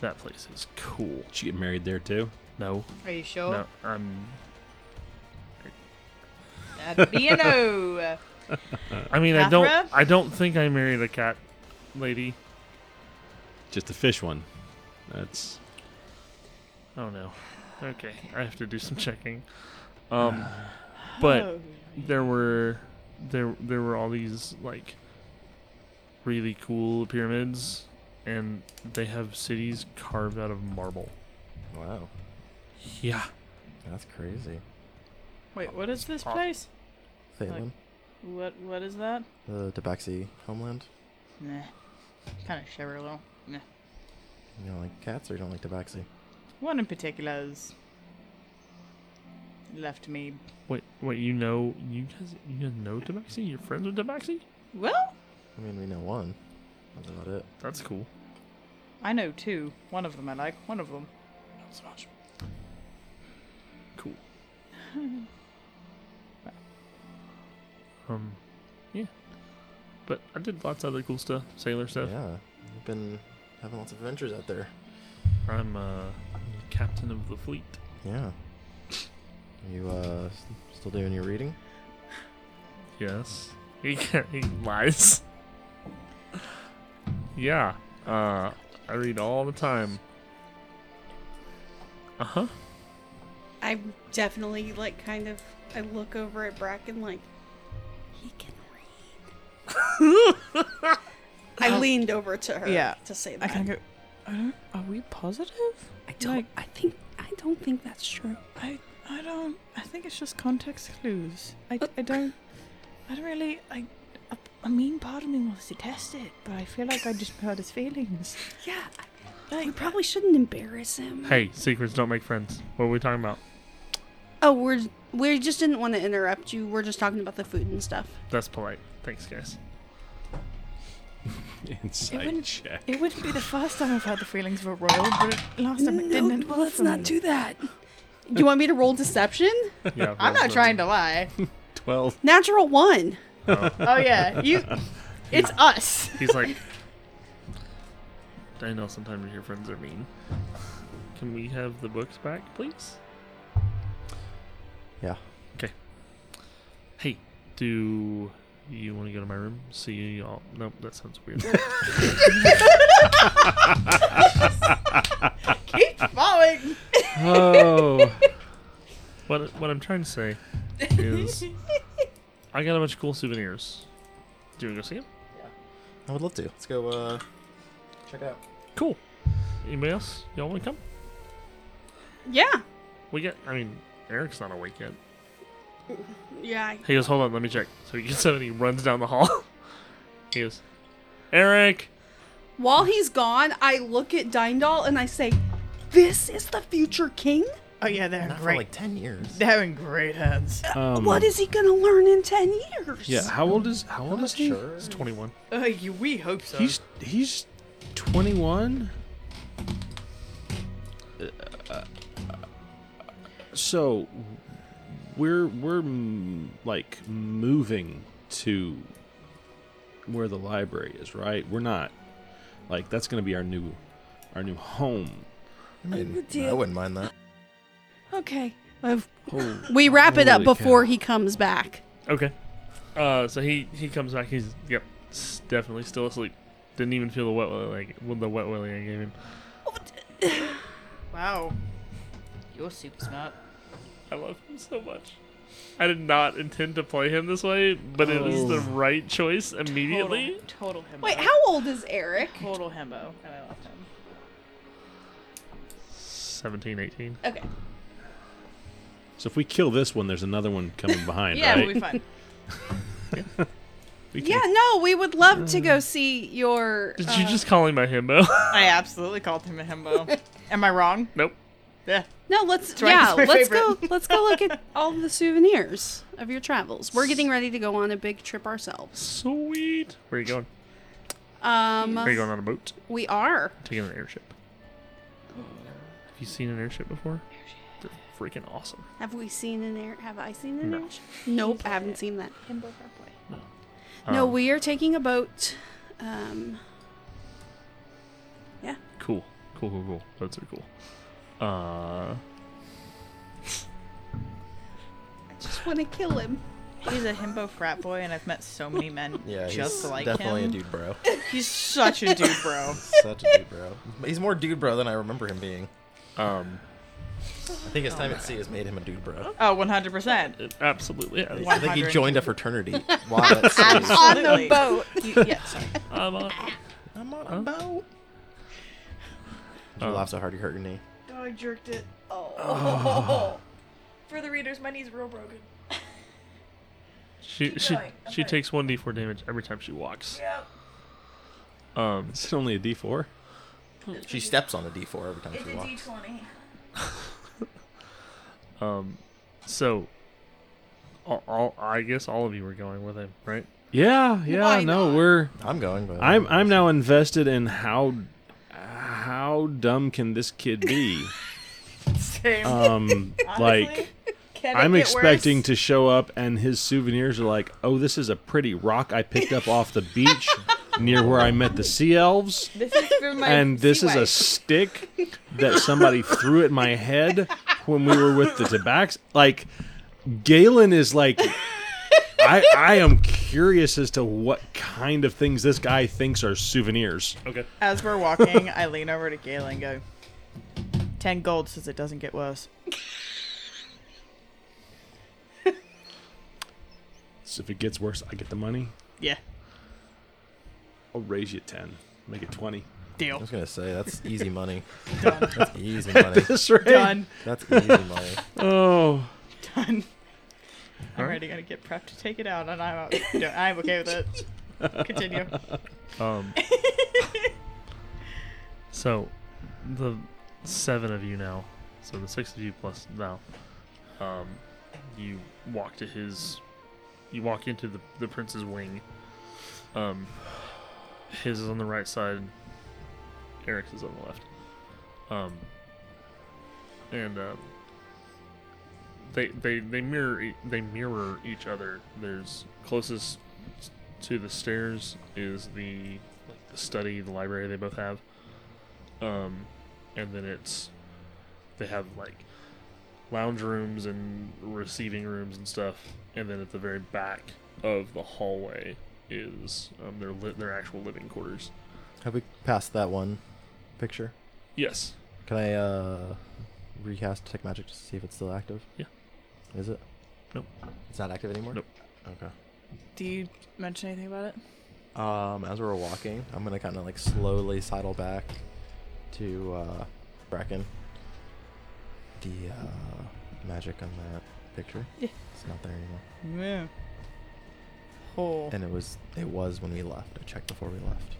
D: that place is cool.
E: Did you get married there too?
D: No,
F: Are you sure?
D: no, I'm.
F: That'd be a no.
D: I mean, I don't.
F: Cathra?
D: I don't think I married a cat lady.
E: Just the fish one. That's
D: Oh no. Okay, I have to do some checking. Um, but
F: Oh.
D: there were there there were all these like really cool pyramids, and they have cities carved out of marble.
B: Wow.
D: Yeah.
B: That's crazy.
F: Wait, what is this place?
B: Thalen,
F: What What is that?
B: the Tabaxi homeland.
F: Nah. Kind of shiver a little. Nah.
B: You don't like cats or you don't like Tabaxi?
F: One in particular has left me.
D: Wait, wait. You know, you guys, you guys know Tabaxi? You're friends with Tabaxi?
F: Well,
B: I mean, we know one. That's about it.
D: That's cool.
F: I know two. One of them I like. One of them.
D: Cool. um, yeah. But I did lots of other cool stuff, sailor stuff.
B: Yeah. We've been having lots of adventures out there.
D: I'm uh, captain of the fleet.
B: Yeah. You uh, s- still doing your reading?
D: Yes. He can't, he lies. yeah. Uh, I read all the time. Uh huh.
C: I'm definitely like kind of. I look over at Bracken like he can read. I leaned over to her.
F: Yeah.
C: To say
F: I
C: that.
F: kind of go. I don't, are we positive?
C: I don't.
F: like-
C: I think. I don't think that's true.
F: I I don't. I think it's just context clues. I, I don't. I don't really. I a, a mean part of me wants to test it, but I feel like I just hurt his feelings.
C: Yeah. I, we probably shouldn't embarrass him.
D: Hey, secrets don't make friends. What are we talking about?
C: Oh, we're we just didn't want to interrupt you. We're just talking about the food and stuff.
D: That's polite. Thanks, guys.
E: Insight
F: wouldn't-
E: check.
F: It wouldn't be the first time I've had the feelings of a royal, but it, last time it didn't end well
C: let's
F: for
C: not
F: me.
C: do that. Do you want me to roll deception?
D: Yeah.
A: I'm
D: that's
A: not trying to lie.
E: Twelve.
C: Natural one.
A: Oh yeah, you. It's us.
D: He's like, I know sometimes your friends are mean. Can we have the books back, please?
B: Yeah.
D: Hey, do you want to go to my room? See y'all. Nope, that sounds weird.
A: Keep following.
E: Oh.
D: what what I'm trying to say is, I got a bunch of cool souvenirs. Do you want to go see them?
B: I would love to. Let's go uh, check it out.
D: Cool. Anybody else? Y'all want to come?
C: Yeah.
D: We get. I mean, Eric's not awake yet.
C: Yeah. I-
D: He goes, hold on, let me check. So he gets up and he runs down the hall. he goes, Eric.
C: While he's gone, I look at Dindal and I say, "This is the future king.
F: Oh yeah, they're
B: Not for
F: great.
B: like ten years.
F: they're in great hands.
E: Um,
C: Uh, what is he gonna learn in ten years?"
E: Yeah. How old is How old is he?
B: Sure.
D: It's 21.
F: Uh, you, we hope so.
E: He's He's twenty one. So we're we're mm, like moving to where the library is, right? We're not like that's going to be our new our new home.
B: I, mean,
C: dear.
B: I wouldn't mind that.
C: Okay. I've-
E: Oh,
C: we wrap it up
E: holy cow.
C: before he comes back.
D: Okay. Uh, so he he comes back. He's yep, s- definitely still asleep. Didn't even feel the wet willy like well, the wet willy I gave him.
F: wow.
A: You're super smart.
D: I love him so much. I did not intend to play him this way, but it was the
C: Oh.
D: right choice immediately.
F: Total himbo.
C: Wait, how old is Eric?
F: Total himbo. And I love him.
D: 17, 18.
C: Okay.
E: So if we kill this one, there's another one coming behind,
F: Yeah,
E: right?
F: we'll be fine.
E: We can-
C: Yeah, no, we would love to go see your.
D: Mm. Did
C: uh,
D: you just call him my himbo?
F: I absolutely called him a himbo. Am I wrong?
D: nope.
F: Yeah.
C: No, let's
F: right,
C: yeah,
F: it's my
C: let's
F: favorite.
C: go. Let's go look at all the souvenirs of your travels. We're getting ready to go on a big trip ourselves.
D: Sweet. Where are you going?
C: Um,
D: Are you going on a boat?
C: we are.
D: Taking an airship. Have you seen an airship before? They're freaking awesome.
C: Have we seen an air? Have I seen an
D: No.
C: air? Nope, I haven't seen that.
F: Himbo boy.
C: No,
D: Um,
C: we are taking a boat. Um,
D: Cool. Cool, cool, cool. Boats are cool. Uh,
C: I just want to kill him.
F: He's a himbo frat boy, and I've met so many men
B: Yeah,
F: just
B: he's
F: like
B: definitely
F: him.
B: a dude bro.
F: He's such a dude, bro.
B: Such a dude bro. He's more dude bro than I remember him being.
D: um,
B: I think his time at sea has made him a dude bro.
F: Oh, 100%.
D: it absolutely has.
B: I think he
F: 100.
B: joined a fraternity while at sea.
F: On the boat. yeah, sorry.
D: I'm on.
B: I'm on a boat. You
D: Um,
B: laugh so hard you hurt your knee.
A: Oh, I jerked it. Oh. For the readers, my knee's real broken.
D: She
A: Keep
D: she
A: going.
D: she
A: Okay.
D: takes one d4 damage every time she walks.
A: Yep.
D: Um,
E: It's only a D four.
B: She steps on a D4 every time
A: It's a
B: she walks.
A: D20.
D: um, so all, all I guess all of you were going with him, right?
E: Yeah, yeah.
C: Why
E: no,
C: not?
E: we're
B: I'm going, but
E: I'm I'm now invested in how how dumb can this kid be?
F: Same.
E: Um, like I'm expecting to show up and his souvenirs are like, oh, this is a pretty rock I picked up off the beach. near where I met the sea elves.
F: This is for my
E: and this
F: sea
E: is a
F: wife.
E: stick that somebody threw at my head when we were with the tabax. Like Galen is like I I am curious as to what kind of things this guy thinks are souvenirs.
D: Okay.
F: As we're walking, I lean over to Galen and go, 10 gold says it doesn't get worse.
E: So if it gets worse, I get the money.
F: Yeah,
E: I'll raise you ten. Make it twenty.
B: I
F: deal.
B: was gonna say that's easy money.
F: Done.
B: That's easy money.
E: That's right.
F: Done.
B: That's easy money.
E: Oh.
F: Done. I'm already gonna get prepped to take it out, and I'm, you know, I'm okay with it. Continue.
D: Um, so, the seven of you now, so the six of you plus Val, um, you walk to his, you walk into the, the prince's wing. Um, his is on the right side, Eric's is on the left. Um, and um, they they they mirror e- they mirror each other. There's closest to the stairs is the like the study, the library they both have. Um, and then it's they have like lounge rooms and receiving rooms and stuff. And then at the very back of the hallway is um, their li- their actual living quarters.
B: Have we passed that one picture?
D: Yes.
B: Can I uh recast Tech Magic to see if it's still active?
D: Yeah.
B: Is it?
D: Nope.
B: It's not active anymore?
D: Nope.
B: Okay.
F: Do you mention anything about it?
B: Um, as we're walking, I'm gonna kind of like slowly sidle back to uh, Bracken. The uh, magic on that picture,
F: Yeah.
B: it's not there anymore.
F: Yeah. Oh.
B: And it was it was when we left. I checked before we left.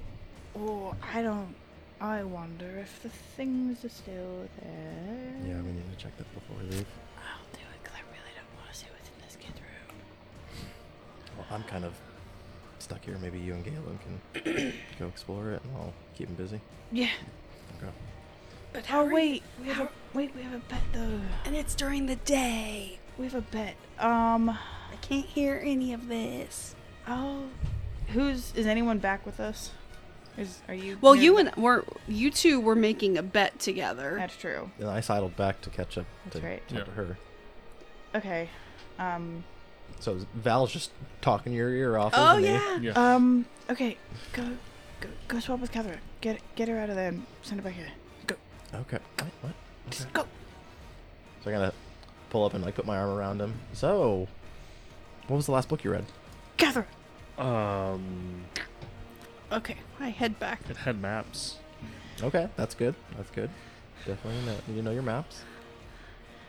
F: Oh, I don't. I wonder if the things are still there.
B: Yeah, we need to check that before we leave.
F: I'll do it because I really don't want to see what's in this kid's room.
B: Well, I'm kind of stuck here. Maybe you and Galen can go explore it, and I'll keep him busy.
F: Yeah.
B: Okay.
C: But
F: Oh
C: how are you-
F: wait, we have
C: how-
F: a wait. We have a bet though.
C: and it's during the day.
F: We have a bet. Um.
C: I can't hear any of this.
F: Oh. Who's is anyone back with us? Is are you?
H: Well,
F: you're-
H: you and were you two were making a bet together.
F: that's true.
B: And I sidled back to catch up
F: That's
B: to
F: right.
B: talk to
D: Yeah.
B: her.
F: Okay. Um.
B: So Val's just talking your ear off.
H: Oh
B: isn't he?
H: yeah.
D: Yeah.
F: Um. Okay. Go. Go. Go swap with Catherine. Get get her out of there and send her back here.
B: Okay. What? what?
F: Just go.
B: So I gotta pull up and like put my arm around him. So, what was the last book you read?
F: Catherine.
D: Um,
H: Okay, I head back.
D: it had maps.
B: Okay, that's good. That's good. Definitely know, you know your maps.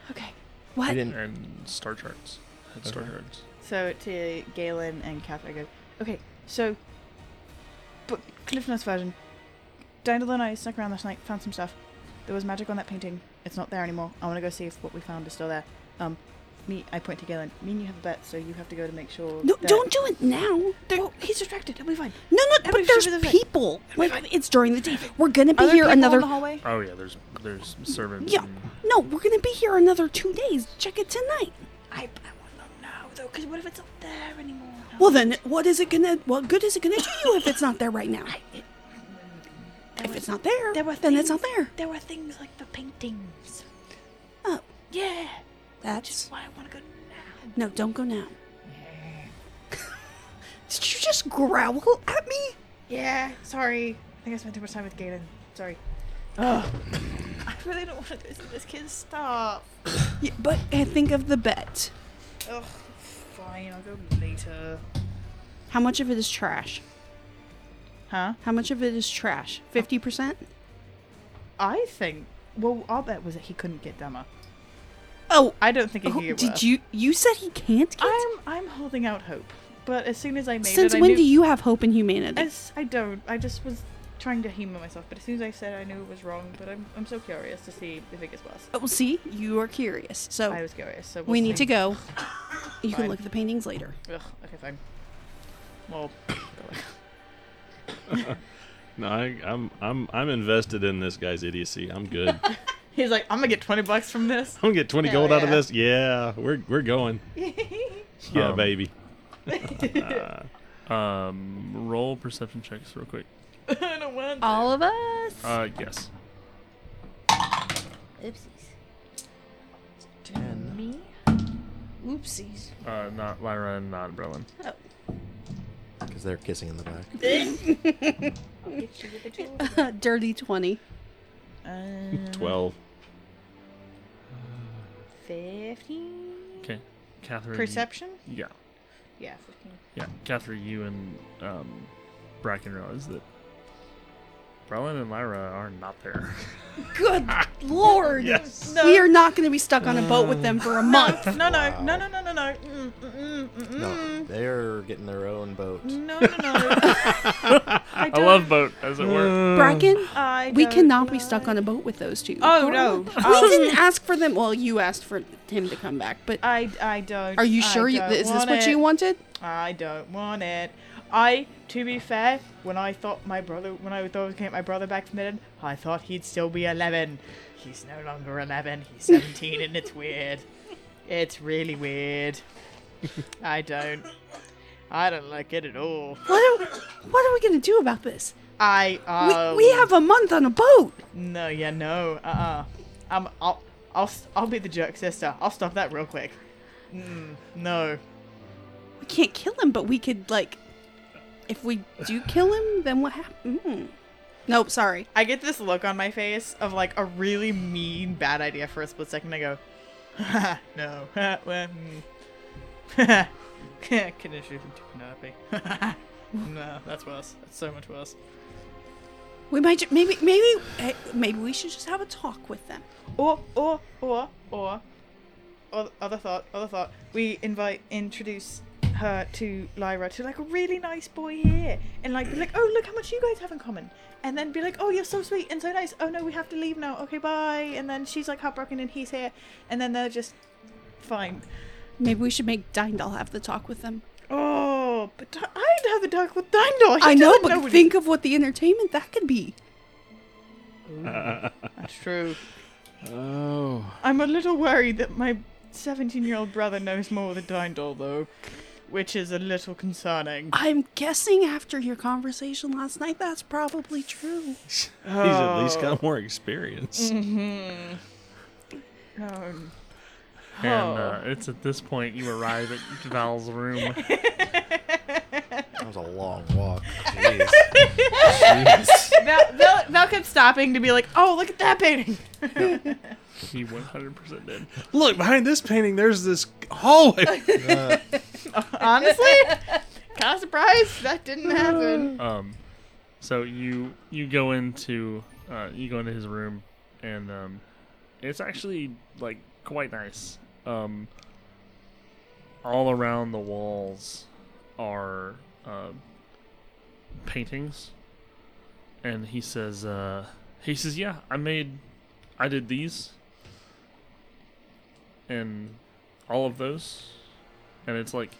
H: Okay.
B: You
H: What?
B: didn't.
D: and star charts. Had star
B: Hmm. Okay.
D: charts.
F: So to Galen and Catherine, I go, okay, so, but Cliff Notes version. Dandelion and I snuck around last night, found some stuff. There was magic on that painting. It's not there anymore. I want to go see if what we found is still there. Um, me, I point to Galen. Me and you have a bet, so you have to go to make sure.
C: No,
F: that-
C: don't do it now. There-
F: Oh, he's distracted. He'll be fine.
C: no, no,
F: Everybody
C: but there's
F: should be the-
C: people. Like it's during the day. We're gonna be
F: Other
C: here
F: people
C: another.
F: in the hallway.
D: Oh yeah, there's there's servants.
C: Yeah.
D: and-
C: No, we're gonna be here another two days. Check it tonight.
F: I, I want to know though, because what if it's not there anymore?
C: Well, then, what is it gonna? What good is it gonna do you if it's not there right now? If it's not there,
F: there were
C: then it's not there.
F: there were things like the paintings.
C: Oh,
F: Yeah,
C: that's
F: why I want to go now.
C: no. Don't go now. Did you just growl at me?
F: Yeah, sorry. I think I spent too much time with Galen. Sorry. Ugh. I really don't want to go see this kid. Stop.
C: Yeah, but I think of the bet.
F: Ugh. Fine, I'll go later.
H: How much of it is trash?
F: Huh?
H: How much of it is trash? Fifty percent?
F: I think. Well, our bet was that he couldn't get dumber.
H: Oh,
F: I don't think he
H: oh,
F: could get
H: did
F: worse.
H: you? You said he can't get.
F: I'm I'm holding out hope, but as soon as I made
H: Since
F: it, I
H: when
F: knew,
H: do you have hope in humanity?
F: As, I don't. I just was trying to humor myself, but as soon as I said, I knew it was wrong. But I'm I'm so curious to see if it gets worse.
H: oh, see, you are curious.
C: Oh.
H: So
F: I was curious, so we'll
H: we need
F: see.
H: to go. You
F: Fine.
H: can look at the paintings later.
F: Ugh, okay, fine. Well,
E: No, I, I'm I'm I'm invested in this guy's idiocy. I'm good. I'm
F: he's like, I'm gonna get twenty bucks from this.
E: gonna get twenty
F: Hell
E: gold out of
F: yeah.
E: this. Um, Yeah, we're we're going. Yeah,
D: Um,
E: baby.
D: Um, roll perception checks real quick.
F: I don't want to.
I: All of us.
D: Uh, yes.
C: Oopsies.
B: Ten.
F: Me?
C: Oopsies.
D: Uh, not Lyra and not Brelin.
H: Oh.
B: Because they're kissing in the back.
H: Mm.
F: Get you with the two.
C: Dirty 20.
F: Uh,
E: Twelve.
F: 15?
D: Okay. Catherine.
F: Perception?
D: Yeah.
F: Yeah, 15.
D: Yeah. Catherine, you and um, Bracken realize that Brelin and Lyra are not there.
C: Good lord.
D: yes.
F: No.
C: We are not going to be stuck on a boat with them for a month.
F: No, no,
B: Wow.
F: no, no, no, no, no. Mm, mm, mm,
B: No,
F: mm.
B: they're getting their own boat.
H: Mm.
F: No, no, no.
D: I, love boat, as it were.
C: Bracken,
F: I
C: we
F: don't
C: cannot be
F: like-
C: stuck on a boat with those two.
F: Oh, no.
C: We
F: Um,
C: didn't ask for them. Well, you asked for him to come back, but
F: I, I don't.
C: are you
F: I
C: sure? You,
F: don't
C: is this
F: want
C: what
F: it.
C: you wanted?
F: I don't want it. I, to be fair, when I thought my brother, when I thought I was gonna get my brother back from Eden, I thought he'd still be 11. He's no longer 11. He's 17, and it's weird. It's really weird. I don't. I don't like it at all.
C: What are, what are we going to do about this?
F: I.
C: We,
F: Um,
C: we have a month on a boat.
F: No, yeah, no. Uh, uh I'm. I'll. I'll. s- I'll be the jerk sister. I'll stop that real quick. Mm, no.
C: We can't kill him, but we could, like, if we do kill him, then what happens? Mm. Nope, sorry.
F: I get this look on my face of like a really mean bad idea for a split second. I go, "Haha, no, ha, well, hmm. Condition to Penelope. no, that's worse. That's so much worse.
C: We might ju- maybe maybe eh, maybe we should just have a talk with them.
F: Or, or, or, or, or, other thought, other thought. We invite, introduce her to Lyra to like a really nice boy here, and like be like, oh look how much you guys have in common, and then be like, oh you're so sweet and so nice. Oh no, we have to leave now. Okay, bye. And then she's like heartbroken and he's here, and then they're just fine.
C: Maybe we should make Dindal have the talk with them.
F: Oh, but Di- I'd have a talk with Dindor.
C: I know, but think of what the entertainment that could be.
F: that's true.
E: Oh.
F: I'm a little worried that my 17 year old brother knows more than Dindor, though, which is a little concerning.
C: I'm guessing after your conversation last night, that's probably true.
E: He's at
F: Oh.
E: least got more experience.
F: Mm. Mm-hmm. Um, Oh.
D: And uh, it's at this point you arrive at Val's room.
B: That was a long walk. Jeez.
F: Val, Val, Val kept stopping to be like, oh, look at that painting.
D: He 100% did.
E: Look behind this painting. There's this hallway.
B: Uh,
F: Honestly, kind of surprised that didn't happen.
D: Um, so you you go into uh, you go into his room, and um, it's actually like quite nice. Um, all around the walls are uh, paintings, and he says uh, he says yeah I made I did these, and all of those, and it's like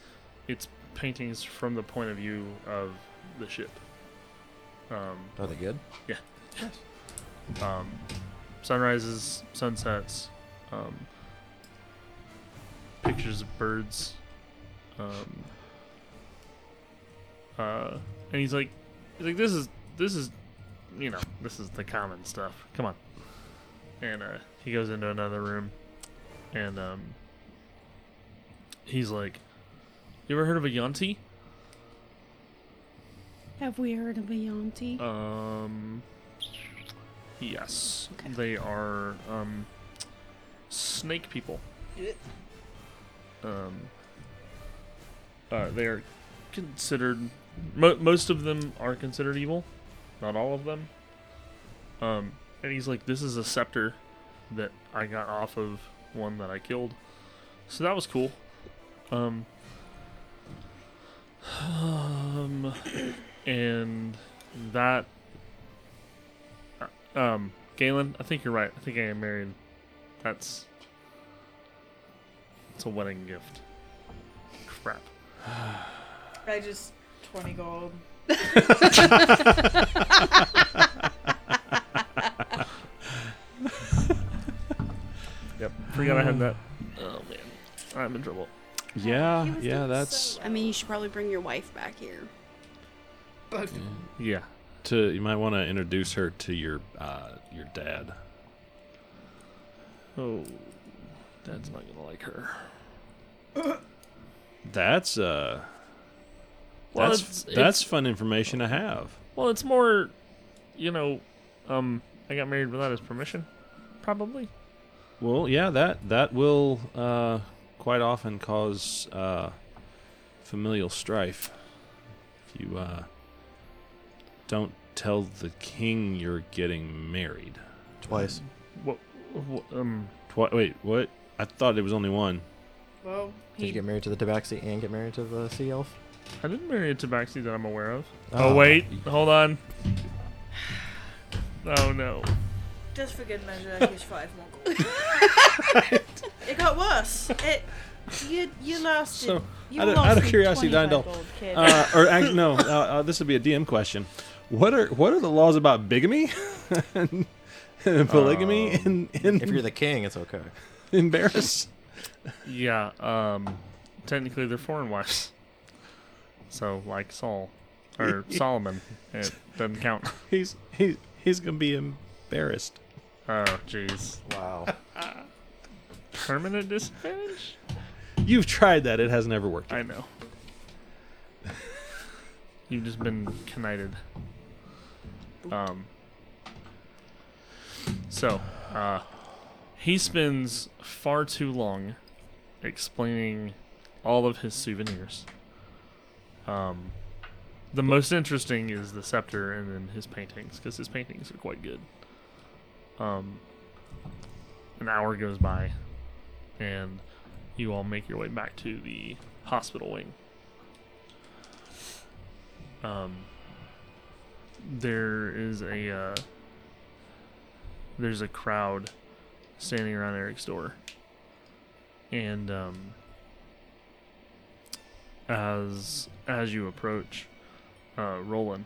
D: it's paintings from the point of view of the ship. Um,
B: Are they good?
D: um, sunrises, sunsets, um, pictures of birds. Um, uh, and he's like, he's like, this is this is, you know, this is the common stuff. Come on. And uh, he goes into another room, and um, he's like, you ever heard of a Yanti?
C: Have we heard of Beyonti?
D: Um. Yes, they are um, snake people. Um, uh, they are considered. Mo- most of them are considered evil, not all of them. Um, and he's like, "This is a scepter that I got off of one that I killed." So that was cool. Um. Um, and that uh, um galen i think you're right i think i am married that's it's a wedding gift crap
F: I just 20 gold.
D: yep forgot i had that oh man i'm in trouble
E: Yeah,
D: was
E: yeah,
D: doing
E: that's
D: so
C: I mean, you should probably bring your wife back here.
D: Both. of
A: Yeah.
E: to. You might want to introduce her to your uh, your dad.
A: Oh, Dad's not gonna like her.
E: That's uh,
A: Well,
E: that's
A: it's-
E: that's fun information to have.
A: Well, it's more, you know, um, I got married without his permission, probably.
E: Well, yeah, that that will uh, quite often cause uh, familial strife. If you uh, don't tell the king you're getting married.
B: Twice.
A: What? what um.
E: Twi- wait, what? I thought it was only one.
F: Well,
B: Did you
F: he
B: get married to the Tabaxi and get married to the sea elf?
A: I didn't marry a tabaxi that I'm aware of.
B: Oh.
A: Oh, wait, hold on. Oh no.
D: Just for good measure, here's five more gold. it got worse. It you you lasted.
E: So,
D: you
E: out of-
D: lost
E: out of
D: me
E: curiosity,
D: 25
E: Dindal,
D: gold, kid.
E: Uh, or act- no, uh, uh, this would be a DM question. What are what are the laws about bigamy, and, and polygamy,
B: Um,
E: and
B: If you're the king, it's okay.
E: embarrass?
A: Yeah. Um. Technically, they're foreign wives. So, like Saul or Solomon, it doesn't count.
E: He's he's he's gonna be embarrassed.
A: Oh, jeez.
B: Wow.
A: Permanent disadvantage?
E: You've tried that; it has never worked.
A: I know. You've just been knighted. Um. So, uh, he spends far too long explaining all of his souvenirs. Um, the most interesting is the scepter and then his paintings, because his paintings are quite good. Um, an hour goes by, and you all make your way back to the hospital wing. Um, there is a uh, there's a crowd standing around Eric's door, and um, as as you approach, uh, Roland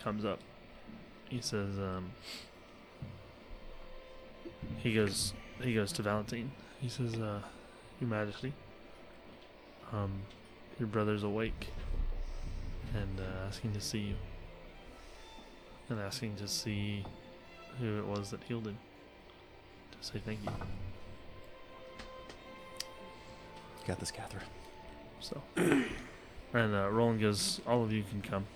A: comes up. He says, um, he goes he goes to Valentine. He says, uh, your Majesty. Um, your brother's awake and uh, asking to see you. And asking to see who it was that healed him. To say thank you.
B: Got this, Catherine.
A: So. and uh, Roland goes, All of you can come.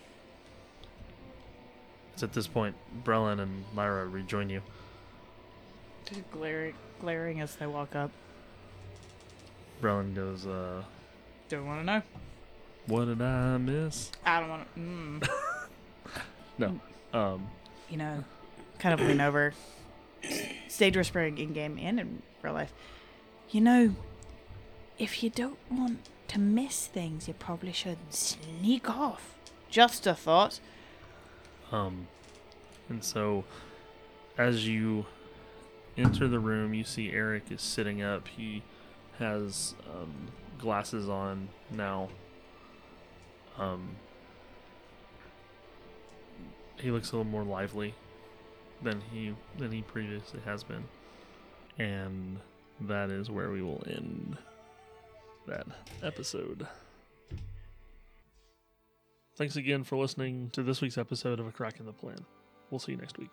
A: It's at this point, Brelin and Lyra rejoin you.
F: just glaring, glaring as they walk up.
A: Brelin goes, uh,
F: Don't want to know.
A: What did I miss?
F: I don't want to. Mm,
A: Um,
F: you know, kind of lean over. Stage whispering in game and in real life. You know, if you don't want to miss things, you probably shouldn't sneak off. Just a thought.
A: Um, and so, as you enter the room, you see Eric is sitting up. He has um, glasses on now. Um, he looks a little more lively than he than he previously has been, and that is where we will end that episode. Thanks again for listening to this week's episode of A Crack in the Plan. We'll see you next week.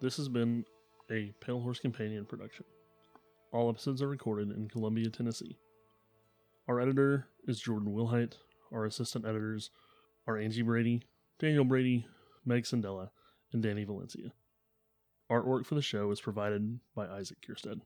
A: This has been a Pale Horse Companion production. All episodes are recorded in Columbia, Tennessee. Our editor is Jordan Wilhite. Our assistant editors are Angie Brady, Daniel Brady, Meg Sandella, and Danny Valencia. Artwork for the show is provided by Isaac Kirstead.